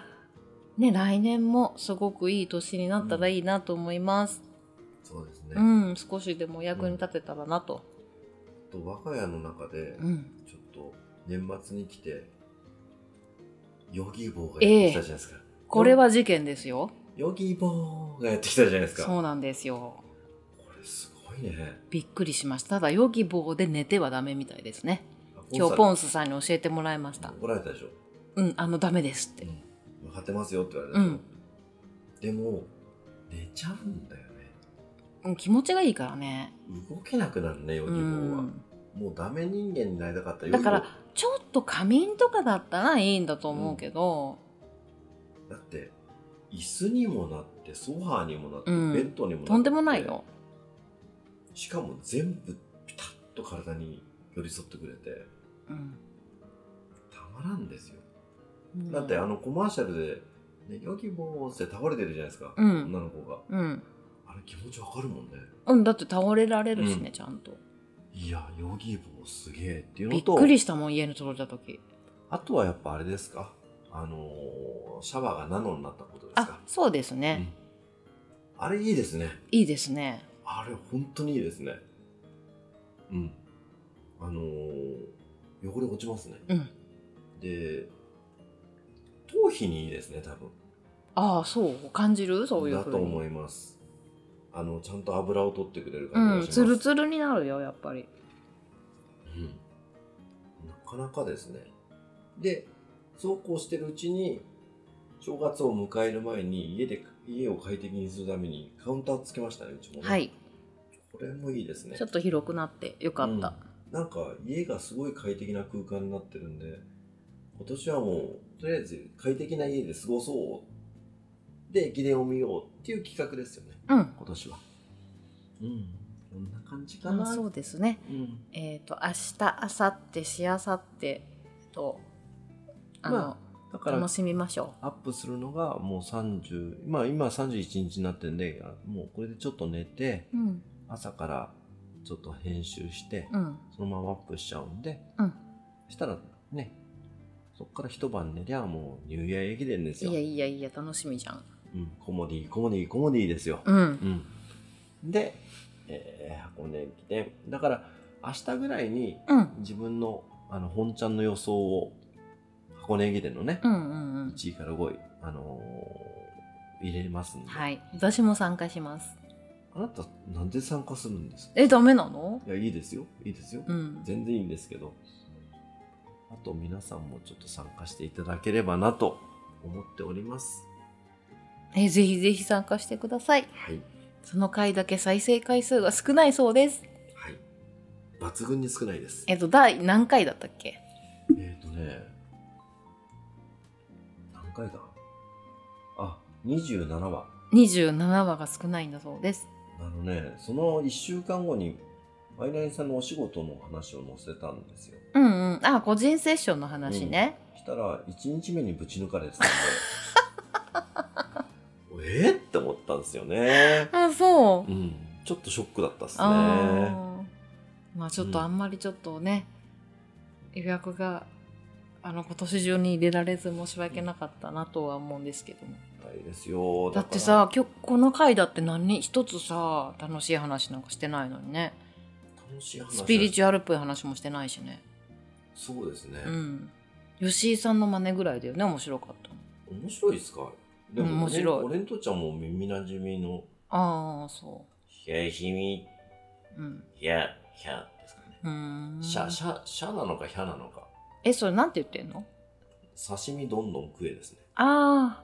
B: ね来年もすごくいい年になったらいいなと思います
A: そうですね、
B: うん、少しでもお役に立てたらなと
A: と我が家の中で
B: うん
A: ちょっと年末に来てヨギボーがやってきたじゃないですか、
B: これは事件ですよ
A: ヨギボーがやってきたじゃないですか
B: そ
A: こ
B: うなんですよ
A: れすごいね
B: びっくりしましたただヨギボーで寝てはダメみたいですね今日
A: ン
B: ポンスさんに教えてもらいまし
A: さ
B: た
A: ん怒られたでしょ
B: うんあのダメですって
A: 分かってますよって言われたでしょ、
B: うん
A: でも寝ちゃうんだよね
B: うん気持ちがいいからね
A: 動けなくなるねヨギボーは、
B: うん
A: もうダメ人間になりたかった
B: だから
A: ヨギ
B: ちょっと仮眠とかだったらいいんだと思うけど、
A: ボーだって椅子にもなってソファーにもなって、
B: うん
A: ベッドにもなって
B: とんでもないよ
A: しかも全部ピタッと体に寄り添ってくれて
B: うん
A: たまらんですよ、だってあのコマーシャルで、ね、ヨギボーって倒れてるじゃないですか、
B: うん
A: 女の子が
B: うん、
A: あれ気持ちわかるもんね
B: うん、だって倒れられるしね、
A: うん
B: ちゃんと
A: いやヨギボーすげえっていう
B: び
A: の
B: っ
A: と
B: くりしたもん家に届いた時
A: あとはやっぱあれですかあのーシャワーがナノになったことです
B: あ
A: か
B: そうです
A: う
B: ね、
A: んあれいいですね
B: いいですね
A: あれ本当にいいですねうんあのー汚れ落ちますね
B: うん
A: で頭皮にいいですね多分
B: ああそう感じるそういう
A: だ
B: ふ
A: と
B: うに
A: 思いますあのちゃんと油を取ってくれる感じ
B: うん
A: がし
B: ツ
A: ます、
B: ルツルになるよやっぱり
A: うんなかなかですね。で、そうこうしてるうちに、正月を迎える前に家で、家を快適にするためにカウンターつけましたね、うちもね、
B: はい
A: これもいいですね
B: ちょ。っと広くなってよかった、
A: なんか家がすごい快適な空間になってるんで、今年はもう、とりあえず快適な家で過ごそう。で、駅伝を見ようっていう企画ですよね、
B: うん
A: 今年は。うん、こんな感じか
B: ま
A: な。
B: あそうですね
A: うん
B: えっ、と明日明後日しあさってとあの、
A: まだから
B: 楽しみましょ
A: アップするのがもう30、まあ今31日になってんで、あもうこれでちょっと寝て、
B: ううん
A: 朝からちょっと編集して、
B: うん
A: そのままアップしちゃうんで、
B: うん
A: したらね、そっから一晩寝りゃもうニューイヤー駅伝ですよ
B: いや。いやいや楽しみじゃん
A: うん、コモディ、コモディ、コモディですよ。
B: うん
A: うん。で、えー箱根駅伝。だから明日ぐらいに
B: うん
A: 自分のあの本ちゃんの予想を、箱根駅伝のね、
B: うんうんうん
A: 1位から5位、あのー入れますんで、
B: はい私も参加します
A: あなたなんで参加するんですか
B: えダメなの
A: いやいいですよいいですよ、
B: うん
A: 全然いいんですけどあと皆さんもちょっと参加していただければなと思っております
B: えぜひぜひ参加してください
A: はい
B: その回だけ再生回数が少ないそうです
A: はい抜群に少ないです
B: えっと第何回だったっけ
A: えっ、とね何回だあ27話
B: 27話が少ないんだそうです
A: あのねその1週間後にワイナイさんのお仕事の話を載せたんですよ
B: うんうんあ個人セッションの話ね、
A: したら1日目にぶち抜かれてたんでえーって思ったんですよね、
B: あそう、
A: うん、ちょっとショックだったっすね
B: あーまあちょっとあんまりちょっとね、予約があの今年中に入れられず申し訳なかったなとは思うんですけども
A: 大ですよ
B: だ
A: から
B: ってさ今日この回だって何一つさ楽しい話なんかしてないのにね
A: 楽しい話
B: スピリチ
A: ュア
B: ュアルっぽい話もしてないしね
A: そうですね、
B: うん吉井さんの真似ぐらいだよね面白かったの
A: 面白いですかでも、
B: うん面白い
A: 俺にとっちゃもう耳なじみの
B: ああそ
A: 「ひやひみ
B: ううん
A: ひやヒャーですかね。
B: うーん
A: シャ、シャ、シャなのかヒャなのか。
B: えそれなんて言ってんの
A: 刺身どんどん食えですね。
B: ああ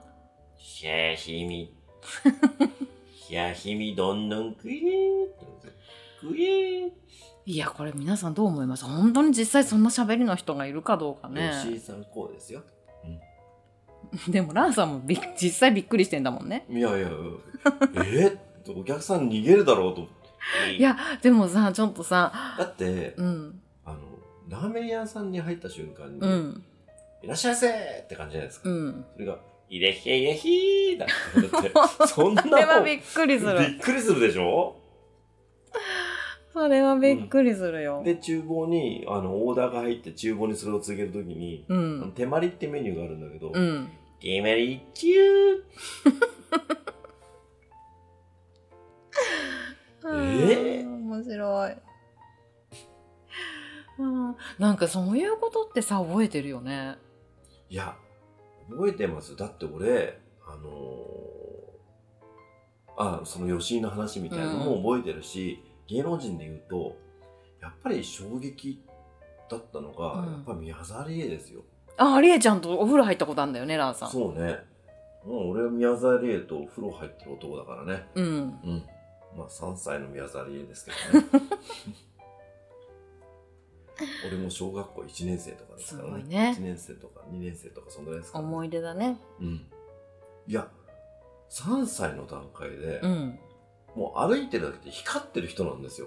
A: ひゃひ
B: (laughs)
A: み。ひゃひみどんどん食えってことですね。食え
B: いやこれ皆さんどう思います本当に実際そんな喋りの人がいるかどうか
A: 吉井
B: ね
A: さんこうですよ。
B: でもランさんもびっ実際びっくりしてんだもんね
A: いや
B: (laughs)
A: いや、えーお客さん逃げるだろうと思って。
B: いやでもさちょっとさ
A: だって、
B: うん
A: あの、ラーメン屋さんに入った瞬間に、
B: うん
A: いらっしゃいませーって感じじゃないですか。
B: うん
A: それが、いれひえいれひーだ
B: (laughs)
A: ってだって、そんな
B: それは
A: もん
B: びっくりす
A: び
B: る
A: っくりするでしょ
B: それはびっくりするよ、
A: で、厨房に、あの、オーダーが入って厨房にそれを告げるときに、
B: う
A: あの
B: ん
A: 手まりってメニューがあるんだけど、
B: うん
A: 手まりチューえ
B: うん面白い、うん、なんかそういうことってさ覚えてるよね
A: いや、覚えてます。だって俺、あのーあ、その吉井の話みたいなのも覚えてるし、芸能人で言うと、やっぱり衝撃だったのが、
B: うん
A: やっぱ宮沢りえですよ。
B: あありえちゃんとお風呂入ったことあるんだよねランさんう
A: そうね。もう俺は宮沢りえとお風呂入ってる男だからね。
B: ん
A: うん。まあ3歳の宮沢りえですけどね。
B: (laughs)
A: 俺も小学校1年生とかですからね。
B: すごいね
A: 1年生とか2年生とかそんぐらいですからね、
B: 思い出だね
A: うん。いや、3歳の段階で
B: う、ん
A: もう歩いてるだけで光ってる人なんですよ。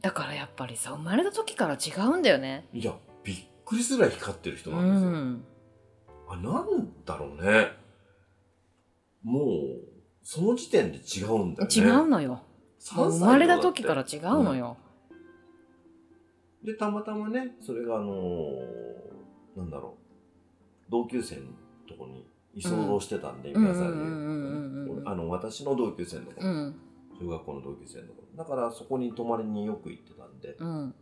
B: だからやっぱりさ生まれた時から違うんだよね
A: いや、びっくりするぐらい光ってる人
B: う
A: なんですよ。
B: ん
A: あ、なんだろうね。もう、その時点で違うんだよね。
B: 違うのよもう
A: 3歳
B: 生まれた時から違うのよ、
A: で、たまたまね、それがあのーなんだろう、同級生のとこに居候してたんで、
B: うん
A: 皆さん
B: うんうんうんうんうん
A: に。あの、私の同級生のとこ、
B: うん
A: 中学校の同級生のとこだからそこに泊まりによく行ってたんで、
B: うん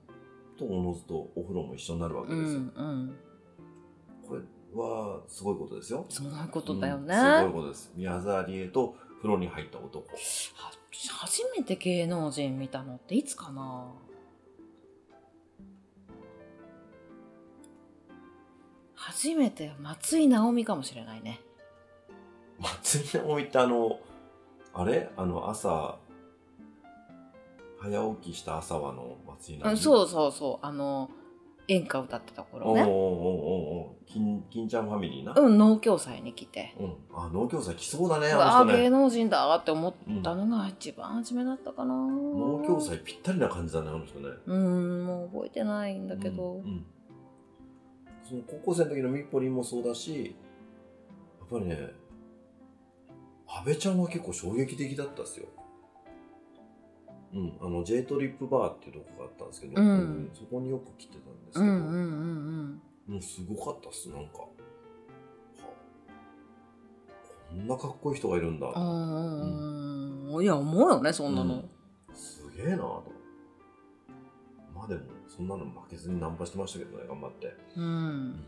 A: とおのずとお風呂も一緒になるわけ
B: う
A: ですよ。
B: んうん
A: これはすごいことですよ。
B: そういうことだよね、
A: うんすごいことです。宮沢りえと風呂に入った男。
B: は初めて芸能人見たのっていつかな初めて松井直美かもしれないね
A: 松井直美ってあの、あれあの朝、早起きした朝はの松井直
B: う
A: 美。
B: んそうそうそうあの演歌歌ってた
A: お
B: 頃
A: うおうおう
B: ね
A: おうおう金金ちゃんファミリーな。
B: うん農協祭に来て
A: うん。あ、農協祭来そうだね、
B: うわ
A: あ
B: あ
A: の人
B: 芸
A: ね。
B: 能人だって思ったのが一番初めだったかな
A: 農協祭ぴったりな感じだね、あの人ね。
B: うんもう覚えてないんだけど、
A: うんうんその高校生の時のミッポリンもそうだしやっぱりね阿部ちゃんは結構衝撃的だったっすようんあの J トリップバーっていうとこがあったんですけど、
B: うん
A: そこによく来てたんですけ
B: う
A: ど、
B: んうんうん
A: もうすごかったっすなんか、はあこんなかっこいい人がいるんだ
B: うんうんうんうんいや思うよねそんなの、
A: うんすげえなぁとまあでもそんなの負けずにナンパしてましたけどね頑張って
B: うん、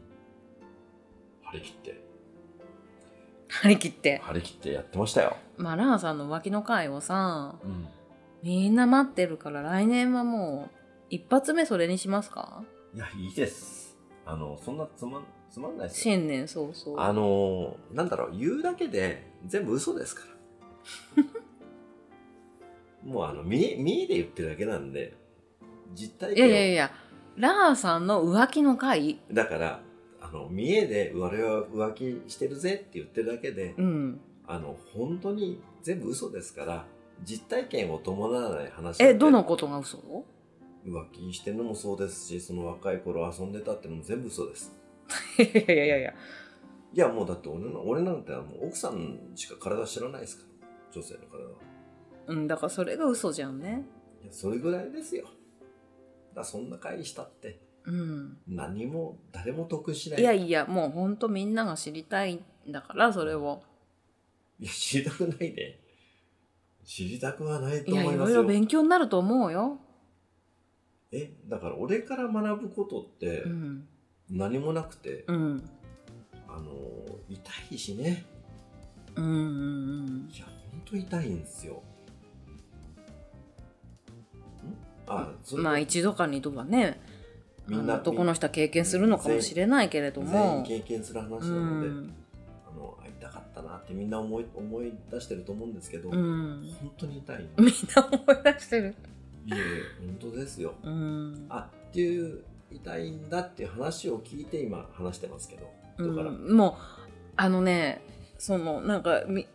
A: 張り切って
B: 張り切って
A: 張り切ってやってましたよ。
B: まあランさんの浮気の回をさ
A: うん。
B: みんな待ってるから来年はもう一発目それにしますか
A: いや、いいです。あの、そんなつまん、つまんないですよ。
B: 新年早々
A: あのー、なんだろう、言うだけで全部嘘です
B: (laughs)
A: から。もうあの、見え、見えで言ってるだけなんで、実体
B: い
A: 験
B: や
A: を
B: いやいやランさんの浮気の回
A: だから、あの、見えで我々は浮気してるぜって言ってるだけで、
B: うん
A: あの、本当に全部嘘ですから、実体験を伴わない話
B: え
A: なんて
B: どのことが嘘
A: 浮気してるのもそうですしその若い頃遊んでたってのも全部嘘です
B: いやいやいやいや
A: いやもうだって俺の俺なんてもう奥さんしか体知らないですから女性の体は
B: うんだからそれが嘘じゃんね
A: いやそれぐらいですよだからそんな会したって
B: うん
A: 何も誰も得しない
B: いやいやもうほんとみんなが知りたいんだからそれを
A: いや知りたくないで知りたくはないと
B: いや
A: 思い
B: い
A: ま
B: ろ
A: す
B: いろ
A: よ
B: 勉強になると思うよ
A: えだから俺から学ぶことって
B: うん
A: 何もなくて、
B: うん
A: あの痛いしね
B: うんうん
A: いや、ほんと痛いんですよ。んあそれ
B: まあ一度か二度はねあ
A: みんな
B: の男の人は経験するのかもしれないけれど
A: 全員
B: も、
A: 経験する話な
B: う
A: ので、
B: ん
A: あの会いたかったなってみんな思い思い出してると思うんですけど、
B: うん、
A: 本当に痛いい
B: みんな思い出してる、
A: えいえ本当ですよ
B: うん、
A: あっていう痛いんだっていう話を聞いて今話してますけどだから、
B: うん、もうあのねそのなんかみ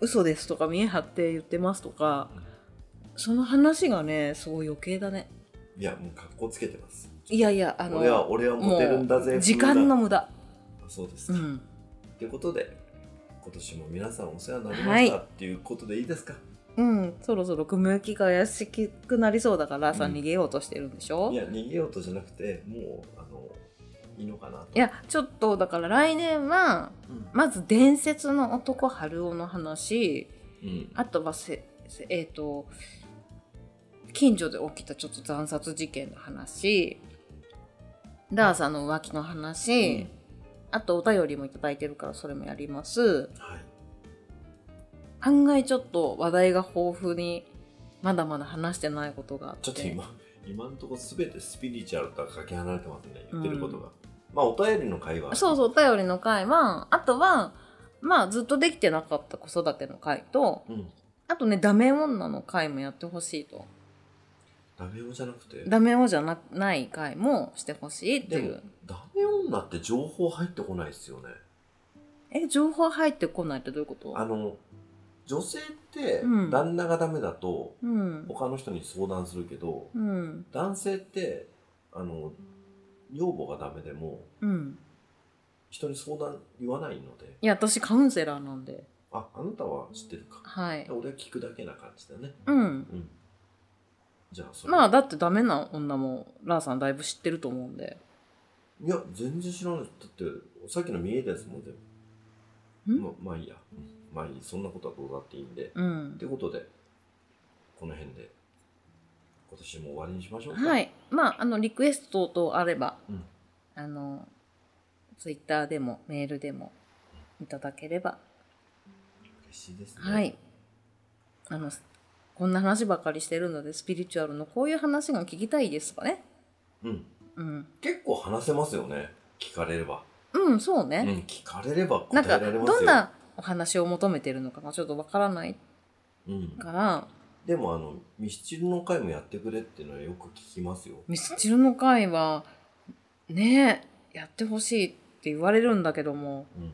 B: 嘘ですとか見え張って言ってますとか
A: うん
B: その話がねすごい余計だね
A: いやもう格好つけてます
B: いやいやあの
A: 俺は俺はモテるんだぜ
B: もう時間の
A: 風
B: 無駄、
A: だそうです
B: う
A: か、
B: ん、
A: ということで今年も皆さんお世話になり
B: は
A: ま
B: い
A: したっていうことでいいですか、
B: うん、そろそろ雲行きが怪しくなりそうだからさ、
A: うん
B: 逃げようとしてるんでしょ
A: い、や逃げようとじゃなくてもうあのいいのかなと
B: いやちょっとだから来年は
A: うん
B: まず伝説の男春男の話
A: うん
B: あとはせせえっ、と近所で起きたちょっと惨殺事件の話ダーさんの浮気の
A: う
B: 話、
A: ん
B: あとお便りもいただいてるからそれもやります
A: はい
B: 案外ちょっと話題が豊富にまだまだ話してないことがあって
A: ちょっと今、今のところ全てスピリチュアルとはかけ離れてますね、言ってることが。まあ、お便りの会話。
B: そうそうお便りの回はあとはまあずっとできてなかった子育ての回と
A: う。うん。
B: あとねダメ女の回もやってほしいと
A: ダメ男じゃなくて。
B: ダメ男じゃなない回もしてほしいって
A: で
B: い
A: も
B: う、
A: ダメ女って情報入ってこないですよね。
B: え情報入ってこないってどういうこと
A: あの、女性って
B: うん
A: 旦那がダメだと
B: うん
A: 他の人に相談するけど、
B: うん
A: 男性って、あの、女房がダメでも
B: うん
A: 人に相談言わないので、
B: いや私カウンセラーなんで
A: あ、あなたは知ってるか。
B: はい
A: 俺は聞くだけな感じだね。
B: うん
A: うん。じゃあ、それ。
B: まあだってダメな女もラーさんだいぶ知ってると思うんで
A: いや、全然知らない。だって、さっきの見えたやつも全部。
B: ん
A: ままあいいや。うんまあいい。そんなことはどうだっていいんで。
B: うん
A: ってことで、この辺で、今年も終わりにしましょうか。。
B: はいいまああのリクエスト等あれば、
A: うん
B: あのツイッターでもメールでもいただければ
A: 嬉しいですね。
B: はい。あの、こんな話ばかりしてるので、スピリチュアルのこういう話が聞きたいですかね。
A: うん。
B: うん。
A: 結構話せますよね。聞かれれば。
B: うん、そう
A: うん
B: ね。。
A: 聞かれれば
B: なん
A: 答
B: か、
A: えられますよ。
B: どんなお話を求めてるのかがちょっとわからない
A: うん。
B: から、
A: でも、あの、ミスチルの回もやってくれっていうのはよく聞きますよ。
B: ミスチルの会は、ねえ、やってほしいって言われるんだけども、
A: うん。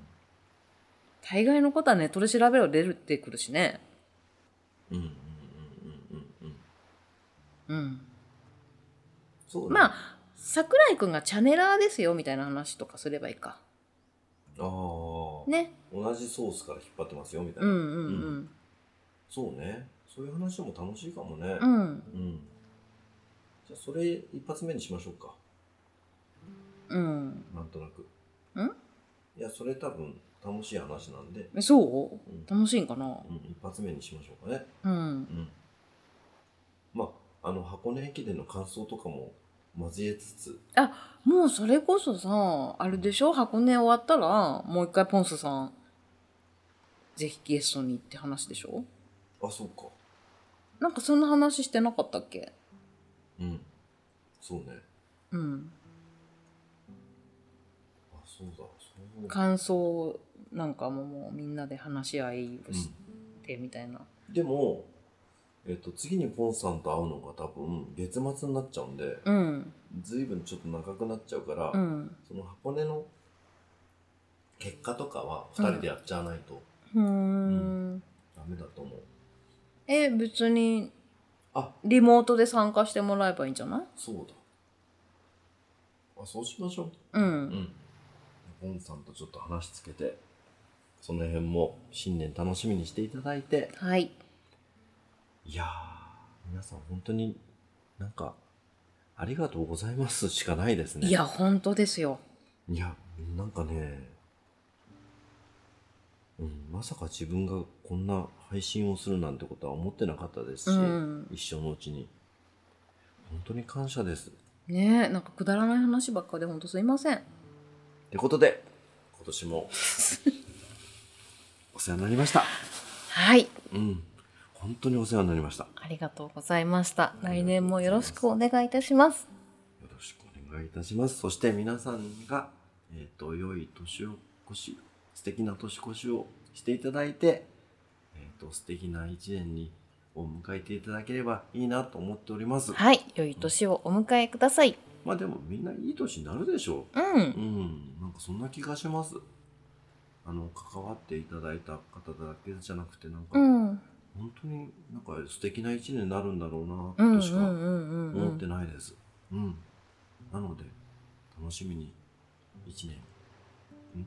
B: 大概のことはネットで調べれば出てくるしね。
A: うん。うん。うん。うん。うん。
B: うん。
A: そうだね。
B: まあ、桜井くんがチャネラーですよみたいな話とかすればいいか。
A: あー
B: ね。
A: 同じソースから引っ張ってますよ、みたいな
B: う。んうん
A: そうね。そういう話も楽しいかもね。
B: うん。うん。
A: うん。じゃあ、それ一発目にしましょうか。
B: うん。
A: なんとなく。
B: ん
A: いや、それ多分楽しい話なんで、
B: えそう
A: うん
B: 楽しいんかな
A: うん、一発目にしましょうかね。
B: うん
A: うん。まあ、あの、箱根駅伝の感想とかも交えつつ、
B: もうそれこそさあれでしょ箱根終わったらもう一回ポンスさんぜひゲストにって話でしょ
A: あ、そうか。
B: なんかそんな話してなかったっけ
A: うん。そうね。
B: うん
A: あ、そうだ。そうか。
B: 感想なんかももうみんなで話し合いをしてみたいな、
A: うん、でも、えっと、次にポンさんと会うのが多分月末になっちゃうんで、
B: うん
A: ずいぶんちょっと長くなっちゃうから、
B: うん
A: その箱根の結果とかは2人でやっちゃわないと
B: ふーん
A: ダメだと思う、
B: え別に
A: あ
B: リモートで参加してもらえばいいんじゃない
A: そうだあそうしましょ
B: う
A: ううんんボンさんとちょっと話つけてその辺も新年楽しみにしていただいて
B: はい
A: いやー皆さん本当になんかありがとうございますしかないですね
B: いや本当ですよ
A: いやなんかねうん、まさか自分がこんな配信をするなんてことは思ってなかったですし、
B: うん
A: 一生のうちに本当に感謝です
B: ねえなんかくだらない話ばっかでほんとすいません
A: ってことで今年
B: (laughs)
A: もお世話になりました
B: はい
A: うん今本当にお世話になりました。よ
B: ありがとうございました。
A: ありがとうございます
B: 来年もよろしくお願いいたします。
A: ろしくお願いいたします。そして皆さんが、えっ、と、良い年を越し、素敵な年越しをしていただいて、えっ、と、素敵な一年に、を迎えていただければいいなと思っております。
B: はい、良い年をお迎えください。
A: まあでもみんないい年になるでしょ
B: う、
A: う。うんん、なんかそんな気がします。あの、関わっていただいた方だけじゃなくて、なんか、
B: うん、
A: 本当になんか素敵な一年になるんだろう
B: うん、うん、
A: な、
B: うん
A: としか
B: うん、う
A: 思って
B: ん。
A: ないです。うん。なので、楽しみに一年、うん、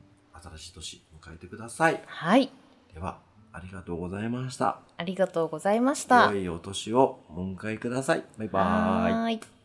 A: 新しい年迎えてください。
B: はい、
A: では、ありがとうございました。
B: ありがとうございました。
A: 良いお年をお迎えください。バイバーイ。
B: はーい。